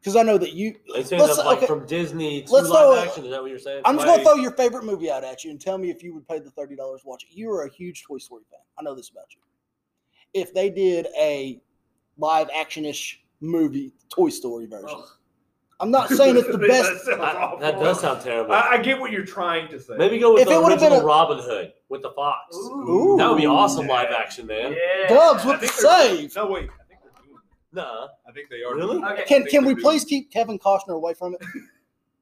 [SPEAKER 2] because I know that you.
[SPEAKER 1] It turns
[SPEAKER 2] Let's-
[SPEAKER 1] up like
[SPEAKER 2] okay.
[SPEAKER 1] from Disney to
[SPEAKER 2] Let's
[SPEAKER 1] live
[SPEAKER 2] throw a-
[SPEAKER 1] action. Is that what you're saying?
[SPEAKER 2] I'm just
[SPEAKER 1] Like,
[SPEAKER 2] gonna throw your favorite movie out at you and tell me if you would pay the thirty dollars to watch it. You are a huge Toy Story fan. I know this about you. If they did a live actionish movie, Toy Story version,
[SPEAKER 1] Oh.
[SPEAKER 2] I'm not saying it's the
[SPEAKER 4] That
[SPEAKER 2] best.
[SPEAKER 4] sounds
[SPEAKER 1] I-
[SPEAKER 4] awful.
[SPEAKER 1] that does sound terrible.
[SPEAKER 4] I, I get what you're trying to say.
[SPEAKER 1] Maybe go with
[SPEAKER 2] If
[SPEAKER 1] the
[SPEAKER 2] it would've been
[SPEAKER 1] original
[SPEAKER 2] a-
[SPEAKER 1] Robin Hood with the fox.
[SPEAKER 2] Ooh.
[SPEAKER 1] That would be
[SPEAKER 2] Ooh.
[SPEAKER 1] awesome live action, man.
[SPEAKER 3] Yeah.
[SPEAKER 2] Dubs,
[SPEAKER 4] I
[SPEAKER 2] what
[SPEAKER 4] think
[SPEAKER 2] the
[SPEAKER 4] they're-
[SPEAKER 2] save?
[SPEAKER 4] No, wait. I think they're doing it.
[SPEAKER 1] Nah.
[SPEAKER 4] I think they are.
[SPEAKER 1] Really?
[SPEAKER 4] doing it.
[SPEAKER 3] Okay.
[SPEAKER 4] I
[SPEAKER 2] Can
[SPEAKER 4] think
[SPEAKER 2] can we
[SPEAKER 4] they're doing
[SPEAKER 2] please keep Kevin Costner away from it?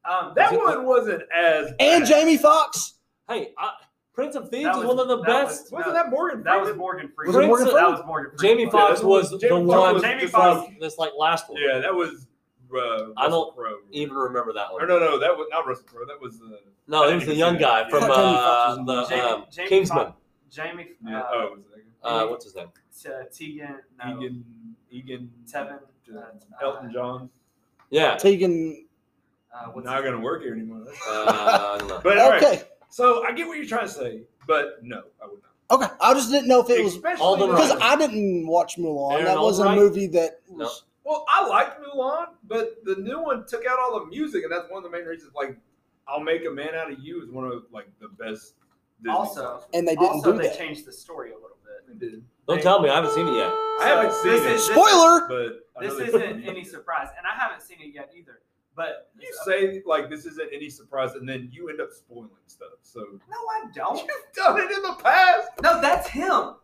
[SPEAKER 3] Um,
[SPEAKER 4] it. That
[SPEAKER 1] Is it-
[SPEAKER 4] one wasn't as.
[SPEAKER 2] And
[SPEAKER 4] bad.
[SPEAKER 2] Jamie Fox.
[SPEAKER 1] Hey, I, Prince of Thieves
[SPEAKER 3] That
[SPEAKER 1] is
[SPEAKER 3] was-
[SPEAKER 1] one of the
[SPEAKER 3] that
[SPEAKER 1] best.
[SPEAKER 4] Wasn't that Morgan?
[SPEAKER 3] that was
[SPEAKER 4] Freeman?
[SPEAKER 3] Morgan
[SPEAKER 2] Was
[SPEAKER 3] Freeman.
[SPEAKER 2] it Morgan
[SPEAKER 3] That
[SPEAKER 2] Freeman?
[SPEAKER 3] was Morgan Freeman.
[SPEAKER 1] Jamie
[SPEAKER 4] Yeah,
[SPEAKER 1] Fox
[SPEAKER 4] that
[SPEAKER 1] was
[SPEAKER 4] was-
[SPEAKER 1] the
[SPEAKER 4] Jamie Fox
[SPEAKER 1] one
[SPEAKER 4] was-
[SPEAKER 1] Jamie
[SPEAKER 3] Jamie
[SPEAKER 1] Fox.
[SPEAKER 3] Fox-
[SPEAKER 1] that's like last one.
[SPEAKER 4] Yeah, that was. Uh,
[SPEAKER 1] I don't
[SPEAKER 4] Russell Crowe.
[SPEAKER 1] Even remember that
[SPEAKER 4] Or
[SPEAKER 1] one.
[SPEAKER 4] no, no, that was not Russell Crowe. That was. Uh,
[SPEAKER 1] No, it was the young guy from
[SPEAKER 2] Yeah. Jamie Fox
[SPEAKER 1] uh,
[SPEAKER 2] was in
[SPEAKER 1] the
[SPEAKER 2] it.
[SPEAKER 3] Jamie-
[SPEAKER 1] um,
[SPEAKER 3] Jamie
[SPEAKER 1] Kingsman.
[SPEAKER 3] Fox- Jamie. Uh,
[SPEAKER 4] yeah, oh, it was that
[SPEAKER 1] Uh, what's his name?
[SPEAKER 3] T- uh, Tegan.
[SPEAKER 4] guy.
[SPEAKER 3] No.
[SPEAKER 4] Egan. Egan.
[SPEAKER 3] Tevin. Uh,
[SPEAKER 4] Elton John.
[SPEAKER 1] Yeah.
[SPEAKER 2] Tegan.
[SPEAKER 3] Uh, what's
[SPEAKER 4] not
[SPEAKER 3] his-
[SPEAKER 4] gonna work here anymore. That's-
[SPEAKER 1] Uh, I don't know.
[SPEAKER 4] But all right.
[SPEAKER 2] Okay,
[SPEAKER 4] So I get what you're trying to say, but no, I would not.
[SPEAKER 2] okay. I just didn't know if it was
[SPEAKER 4] Especially
[SPEAKER 1] Alden
[SPEAKER 4] not-
[SPEAKER 2] because I didn't watch Mulan.
[SPEAKER 1] Aaron
[SPEAKER 2] that wasn't
[SPEAKER 1] Albright?
[SPEAKER 2] a movie that.
[SPEAKER 1] No.
[SPEAKER 2] Was,
[SPEAKER 4] Well, I liked Mulan, but the new one took out all the music, and that's one of the main reasons. Like, "I'll Make a Man Out of You" is one of like the best. Disney
[SPEAKER 3] Also-
[SPEAKER 4] songs.
[SPEAKER 2] And they didn't
[SPEAKER 3] Also,
[SPEAKER 2] do
[SPEAKER 3] they
[SPEAKER 2] that.
[SPEAKER 3] changed the story a little bit.
[SPEAKER 4] It did.
[SPEAKER 1] Don't tell me. I haven't seen it yet.
[SPEAKER 4] I haven't
[SPEAKER 3] So,
[SPEAKER 4] seen
[SPEAKER 3] this
[SPEAKER 4] it,
[SPEAKER 3] is-
[SPEAKER 2] Spoiler.
[SPEAKER 4] but I know
[SPEAKER 3] This
[SPEAKER 4] they-
[SPEAKER 3] isn't any surprise, and I haven't seen it yet either. But
[SPEAKER 4] You say like this isn't any surprise, and then you end up spoiling stuff. So
[SPEAKER 3] no, I don't.
[SPEAKER 4] you've done it in the past.
[SPEAKER 3] No, that's him.
[SPEAKER 4] I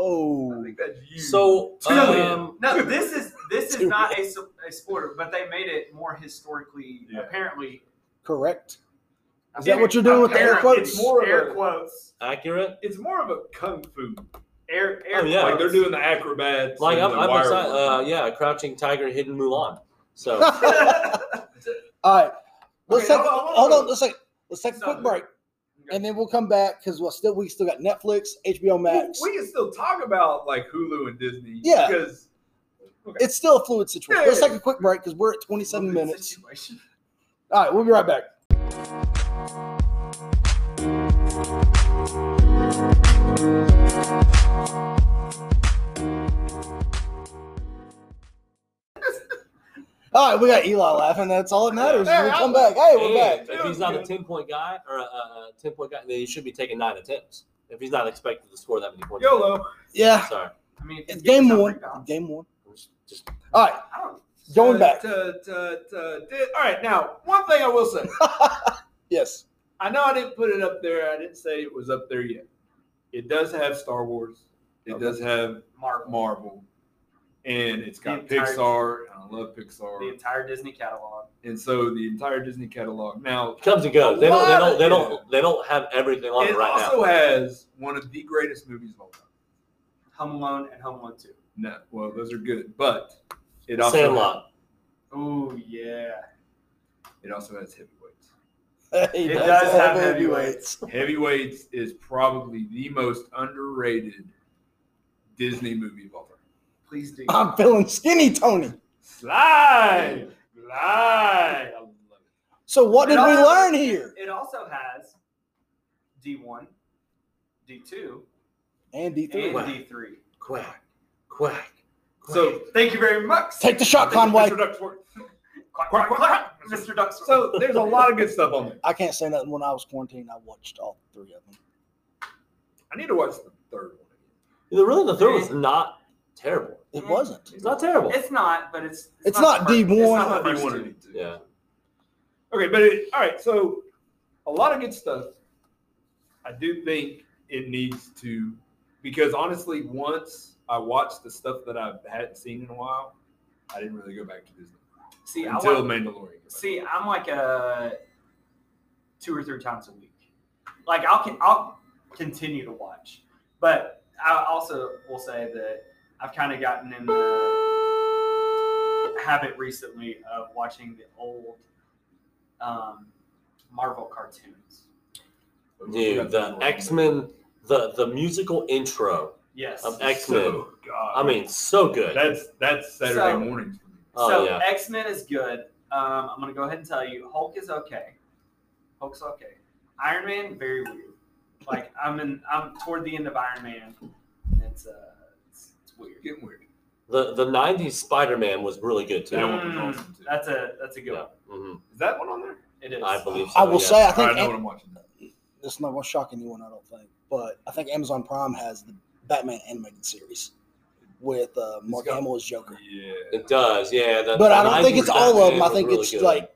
[SPEAKER 2] Whoa.
[SPEAKER 4] think that's you.
[SPEAKER 1] So,
[SPEAKER 4] Billion.
[SPEAKER 1] um,
[SPEAKER 3] No, this is this is not a, su- a spoiler, but they made it more historically
[SPEAKER 4] Yeah.
[SPEAKER 3] apparently.
[SPEAKER 2] Correct. Is that what you're doing with the air
[SPEAKER 3] apparently-
[SPEAKER 4] quotes? More of
[SPEAKER 3] Air
[SPEAKER 4] a-
[SPEAKER 3] quotes.
[SPEAKER 1] accurate.
[SPEAKER 4] it's more of a kung fu.
[SPEAKER 3] Air air.
[SPEAKER 1] Oh, yeah.
[SPEAKER 4] Like
[SPEAKER 3] quotes.
[SPEAKER 4] they're doing the acrobats.
[SPEAKER 1] Like
[SPEAKER 4] and
[SPEAKER 1] I'm,
[SPEAKER 4] the
[SPEAKER 1] I'm
[SPEAKER 4] wire
[SPEAKER 1] excited.
[SPEAKER 4] work.
[SPEAKER 1] Uh, yeah, Crouching Tiger, Hidden Mulan. So
[SPEAKER 2] All right. Let's
[SPEAKER 4] Okay,
[SPEAKER 2] take.
[SPEAKER 4] hold on,
[SPEAKER 2] Hold
[SPEAKER 4] hold
[SPEAKER 2] on.
[SPEAKER 4] on.
[SPEAKER 2] Let's take. Let's take a quick
[SPEAKER 3] Something.
[SPEAKER 2] break, and then we'll come back because we'll still we still got Netflix, HBO
[SPEAKER 4] We-
[SPEAKER 2] Max.
[SPEAKER 4] We, can still talk about like Hulu and Disney.
[SPEAKER 2] Yeah.
[SPEAKER 4] Because
[SPEAKER 2] It's still a fluid situation.
[SPEAKER 4] Yeah,
[SPEAKER 2] Let's
[SPEAKER 4] yeah.
[SPEAKER 2] take a quick break because we're at 27
[SPEAKER 3] Fluid
[SPEAKER 2] minutes.
[SPEAKER 3] situation.
[SPEAKER 2] All right, we'll be right back. All right, we got Eli laughing. That's all that matters.
[SPEAKER 4] Hey,
[SPEAKER 2] we
[SPEAKER 4] I-
[SPEAKER 2] come back. Hey, we're
[SPEAKER 1] and
[SPEAKER 2] back.
[SPEAKER 1] if he's not a ten point guy or a, a a ten point guy, then he should be taking nine attempts. If he's not expected to score that many points.
[SPEAKER 4] YOLO.
[SPEAKER 2] Yeah,
[SPEAKER 1] Sorry.
[SPEAKER 3] I mean,
[SPEAKER 2] it's
[SPEAKER 3] if you
[SPEAKER 2] game
[SPEAKER 3] get
[SPEAKER 2] one.
[SPEAKER 3] something down,
[SPEAKER 2] Game one.
[SPEAKER 1] I'm just- just-
[SPEAKER 2] All right,
[SPEAKER 3] I don't-
[SPEAKER 4] Uh,
[SPEAKER 2] going back.
[SPEAKER 4] To, to, to, di- all right. Now, one thing I will say.
[SPEAKER 2] Yes.
[SPEAKER 4] I know I didn't put it up there. I didn't say it was up there yet. It does have Star Wars. It does have
[SPEAKER 3] Marvel.
[SPEAKER 4] Marvel. And it's got
[SPEAKER 3] The entire-
[SPEAKER 4] Pixar. And I love
[SPEAKER 3] The
[SPEAKER 4] Pixar.
[SPEAKER 3] entire Disney catalog.
[SPEAKER 4] And so the entire Disney catalog. Now,
[SPEAKER 1] It comes and goes. They don't. They don't. They
[SPEAKER 4] What?
[SPEAKER 1] don't. They don't have everything on it
[SPEAKER 4] it
[SPEAKER 1] right now.
[SPEAKER 4] also has one of the greatest movies of all time.
[SPEAKER 3] Home Alone and Home Alone Two.
[SPEAKER 4] No, well, those are good, but it also
[SPEAKER 1] Sandlot.
[SPEAKER 3] Oh yeah.
[SPEAKER 4] it also has heavyweights.
[SPEAKER 2] Hey,
[SPEAKER 3] It
[SPEAKER 2] that's
[SPEAKER 3] does
[SPEAKER 2] all
[SPEAKER 3] have
[SPEAKER 2] baby
[SPEAKER 3] heavyweights.
[SPEAKER 2] weights.
[SPEAKER 4] Heavyweights is probably the most underrated Disney movie of all time.
[SPEAKER 3] Please do.
[SPEAKER 2] I'm feeling skinny, Tony.
[SPEAKER 4] Slide, slide. I love it.
[SPEAKER 2] So what did
[SPEAKER 3] It
[SPEAKER 2] we
[SPEAKER 3] also-
[SPEAKER 2] learn here?
[SPEAKER 3] It also has D one, D two,
[SPEAKER 2] And D three.
[SPEAKER 3] and
[SPEAKER 1] Wow.
[SPEAKER 3] D three.
[SPEAKER 1] Quack. Quack. quack.
[SPEAKER 4] So
[SPEAKER 3] Thank you very much.
[SPEAKER 2] Take the shot,
[SPEAKER 4] Mr.
[SPEAKER 2] Conway.
[SPEAKER 4] Ducksworth.
[SPEAKER 3] Quack, quack, quack, Mr. Ducks.
[SPEAKER 4] So there's a lot of good stuff on there.
[SPEAKER 2] I can't say nothing. When I was quarantined, I watched all three of them.
[SPEAKER 4] I need to watch the third one.
[SPEAKER 1] The- really, the third was not terrible.
[SPEAKER 2] It
[SPEAKER 3] Mm.
[SPEAKER 2] wasn't.
[SPEAKER 1] It's not terrible.
[SPEAKER 3] It's not, but it's
[SPEAKER 2] It's not
[SPEAKER 3] the
[SPEAKER 2] D1.
[SPEAKER 3] first- it's
[SPEAKER 4] I
[SPEAKER 3] not
[SPEAKER 4] thought
[SPEAKER 3] the
[SPEAKER 4] they
[SPEAKER 3] first
[SPEAKER 4] wanted
[SPEAKER 3] two.
[SPEAKER 4] it to.
[SPEAKER 1] Yeah.
[SPEAKER 4] Okay, but it, all right. So a lot of good stuff. I do think it needs to because honestly, once I watched the stuff that I hadn't seen in a while, I didn't really go back to Disney
[SPEAKER 3] See, I
[SPEAKER 4] until
[SPEAKER 3] wa-
[SPEAKER 4] Mandalorian.
[SPEAKER 3] see, I'm like a two or three times a week. Like I'll con- I'll continue to watch, but I also will say that I've kind of gotten in the habit recently of watching the old um, Marvel cartoons.
[SPEAKER 1] Dude, the X Men, the the musical intro
[SPEAKER 3] Yes.
[SPEAKER 1] Um, X-Men.
[SPEAKER 4] So, God.
[SPEAKER 1] I mean, so good.
[SPEAKER 4] that's that's Saturday
[SPEAKER 3] So-
[SPEAKER 4] mornings for me.
[SPEAKER 1] Oh,
[SPEAKER 3] so
[SPEAKER 1] yeah.
[SPEAKER 3] X Men is good. Um, I'm gonna go ahead and tell you, Hulk is okay. Hulk's okay. Iron Man, very weird. Like I'm in, I'm toward the end of Iron Man. And it's uh, it's, it's weird.
[SPEAKER 4] Getting weird.
[SPEAKER 1] The the '90s Spider-Man was really good too.
[SPEAKER 4] That one was
[SPEAKER 3] Mm,
[SPEAKER 4] awesome too.
[SPEAKER 3] That's a that's a good one.
[SPEAKER 1] hmm
[SPEAKER 4] Is that one on there?
[SPEAKER 3] It is.
[SPEAKER 1] I believe. So,
[SPEAKER 2] I will
[SPEAKER 1] yeah.
[SPEAKER 2] say, I
[SPEAKER 4] All
[SPEAKER 2] think
[SPEAKER 4] right, I know what I'm watching. now.
[SPEAKER 2] it's not going to shock anyone, I don't think, but I think Amazon Prime has the Batman animated series with uh, Mark
[SPEAKER 4] got-
[SPEAKER 2] Hamill as Joker.
[SPEAKER 4] Yeah.
[SPEAKER 1] it does. Yeah, the-
[SPEAKER 2] But
[SPEAKER 1] the
[SPEAKER 2] I don't think
[SPEAKER 1] 90s
[SPEAKER 2] it's all of them. I
[SPEAKER 1] Batman
[SPEAKER 2] think
[SPEAKER 1] was
[SPEAKER 2] it's
[SPEAKER 1] really good.
[SPEAKER 2] like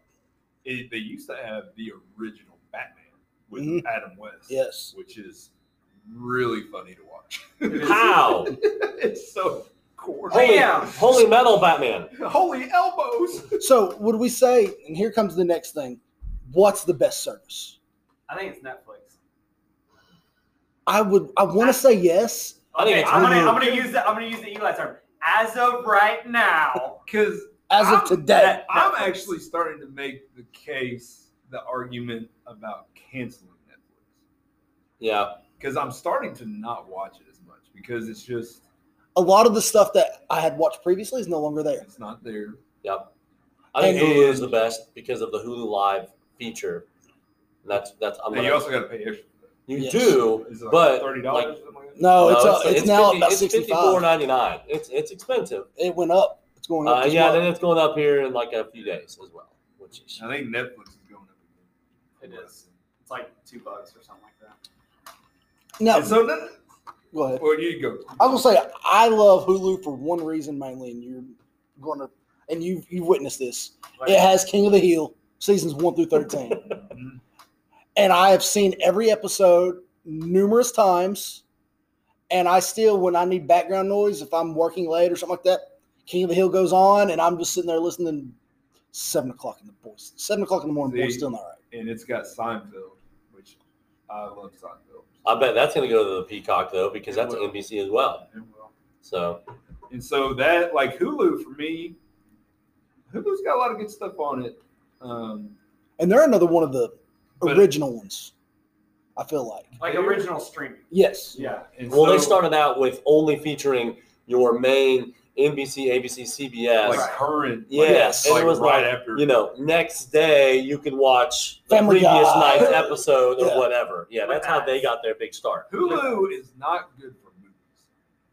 [SPEAKER 4] It, they used to have the original Batman with
[SPEAKER 2] Mhm.
[SPEAKER 4] Adam West,
[SPEAKER 2] yes,
[SPEAKER 4] which is really funny to watch.
[SPEAKER 1] how
[SPEAKER 4] it's so corny.
[SPEAKER 1] holy,
[SPEAKER 3] Bam!
[SPEAKER 1] holy metal Batman.
[SPEAKER 4] Holy elbows!
[SPEAKER 2] So would we say? And here comes the next thing. What's the best service?
[SPEAKER 3] I think it's Netflix.
[SPEAKER 2] I would. I want to say yes.
[SPEAKER 1] I think
[SPEAKER 3] Okay,
[SPEAKER 1] it's
[SPEAKER 3] I'm gonna
[SPEAKER 2] Hulu.
[SPEAKER 3] I'm gonna use the I'm gonna use the Eli term. As of right now,
[SPEAKER 4] Because
[SPEAKER 2] As of
[SPEAKER 4] I'm-
[SPEAKER 2] today,
[SPEAKER 4] I'm
[SPEAKER 3] Netflix.
[SPEAKER 4] actually starting to make the case, the argument about canceling Netflix.
[SPEAKER 1] Yeah,
[SPEAKER 4] Because I'm starting to not watch it as much because it's just
[SPEAKER 2] a lot of the stuff that I had watched previously is no longer there.
[SPEAKER 4] it's not there.
[SPEAKER 1] I think
[SPEAKER 2] And-
[SPEAKER 1] Hulu is the best because of the Hulu Live feature. And that's that's I'm
[SPEAKER 4] And
[SPEAKER 1] gonna,
[SPEAKER 4] you also got to pay extra.
[SPEAKER 1] you
[SPEAKER 2] Yes.
[SPEAKER 1] do,
[SPEAKER 4] Is it like
[SPEAKER 1] but
[SPEAKER 4] thirty
[SPEAKER 1] like,
[SPEAKER 4] dollars?
[SPEAKER 2] No, it's uh,
[SPEAKER 1] no,
[SPEAKER 2] it's, now
[SPEAKER 1] 50
[SPEAKER 2] about
[SPEAKER 1] it's
[SPEAKER 2] sixty
[SPEAKER 1] fifty four
[SPEAKER 2] five.
[SPEAKER 1] ninety nine. It's it's expensive.
[SPEAKER 2] It went up. It's going up.
[SPEAKER 1] Uh,
[SPEAKER 2] as
[SPEAKER 1] yeah,
[SPEAKER 2] well.
[SPEAKER 1] then it's going up here in like a few days as well. Which is,
[SPEAKER 4] I think Netflix is going up.
[SPEAKER 3] it
[SPEAKER 4] again.
[SPEAKER 3] is. It's like two bucks or something like that.
[SPEAKER 2] no,
[SPEAKER 4] And so, no,
[SPEAKER 2] go ahead.
[SPEAKER 4] well, you go.
[SPEAKER 2] I will say I love Hulu for one reason mainly, and you're going to, and you you witnessed this.
[SPEAKER 3] Like,
[SPEAKER 2] It has King of the Hill seasons one through thirteen.
[SPEAKER 4] Mm-hmm.
[SPEAKER 2] and I have seen every episode numerous times. And I still, when I need background noise, if I'm working late or something like that, King of the Hill goes on, and I'm just sitting there listening. Seven o'clock in the boys, seven o'clock in the morning, boys
[SPEAKER 4] See?
[SPEAKER 2] still not right.
[SPEAKER 4] and it's got Seinfeld, which I love Seinfeld.
[SPEAKER 1] I bet that's going to go to the Peacock though because
[SPEAKER 4] It
[SPEAKER 1] that's
[SPEAKER 4] will.
[SPEAKER 1] NBC as well.
[SPEAKER 4] It will.
[SPEAKER 1] So
[SPEAKER 4] And so that, like Hulu for me, Hulu's got a lot of good stuff on it. Um,
[SPEAKER 2] And they're another one of the
[SPEAKER 4] But-
[SPEAKER 2] original ones. I feel like
[SPEAKER 3] like original streaming.
[SPEAKER 2] yes,
[SPEAKER 3] Yeah.
[SPEAKER 4] and
[SPEAKER 1] well, they
[SPEAKER 4] so,
[SPEAKER 1] started out with only featuring your main NBC, ABC, CBS.
[SPEAKER 4] like
[SPEAKER 3] Right.
[SPEAKER 4] current.
[SPEAKER 1] Yes,
[SPEAKER 4] like,
[SPEAKER 1] and it was
[SPEAKER 4] right
[SPEAKER 1] like,
[SPEAKER 4] after.
[SPEAKER 1] You know, next day you can watch the
[SPEAKER 2] Family
[SPEAKER 1] previous
[SPEAKER 2] Guy.
[SPEAKER 1] night's episode or
[SPEAKER 2] Yeah.
[SPEAKER 1] whatever. Yeah, that's how they
[SPEAKER 3] Nice.
[SPEAKER 1] got their big start.
[SPEAKER 4] Hulu is not good for movies.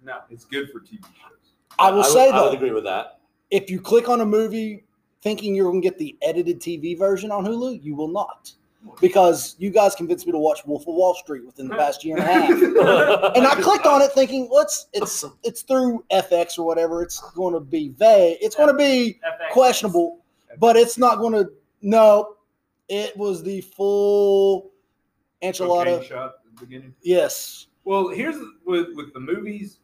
[SPEAKER 3] No.
[SPEAKER 4] It's good for TV shows.
[SPEAKER 2] I will say
[SPEAKER 1] I would
[SPEAKER 2] though,
[SPEAKER 1] agree with that.
[SPEAKER 2] if you click on a movie thinking you're going to get the edited TV version on Hulu, you will not, because you guys convinced me to watch Wolf of Wall Street within the past year and a half. and I clicked on it thinking, "What's it's it's through FX or whatever. It's going to be vague. It's going to be
[SPEAKER 3] FX.
[SPEAKER 2] questionable, but it's not going to. No, it was the full enchilada.
[SPEAKER 4] Cocaine shot at the beginning.
[SPEAKER 2] Yes,
[SPEAKER 4] Well, here's the- with with the movies,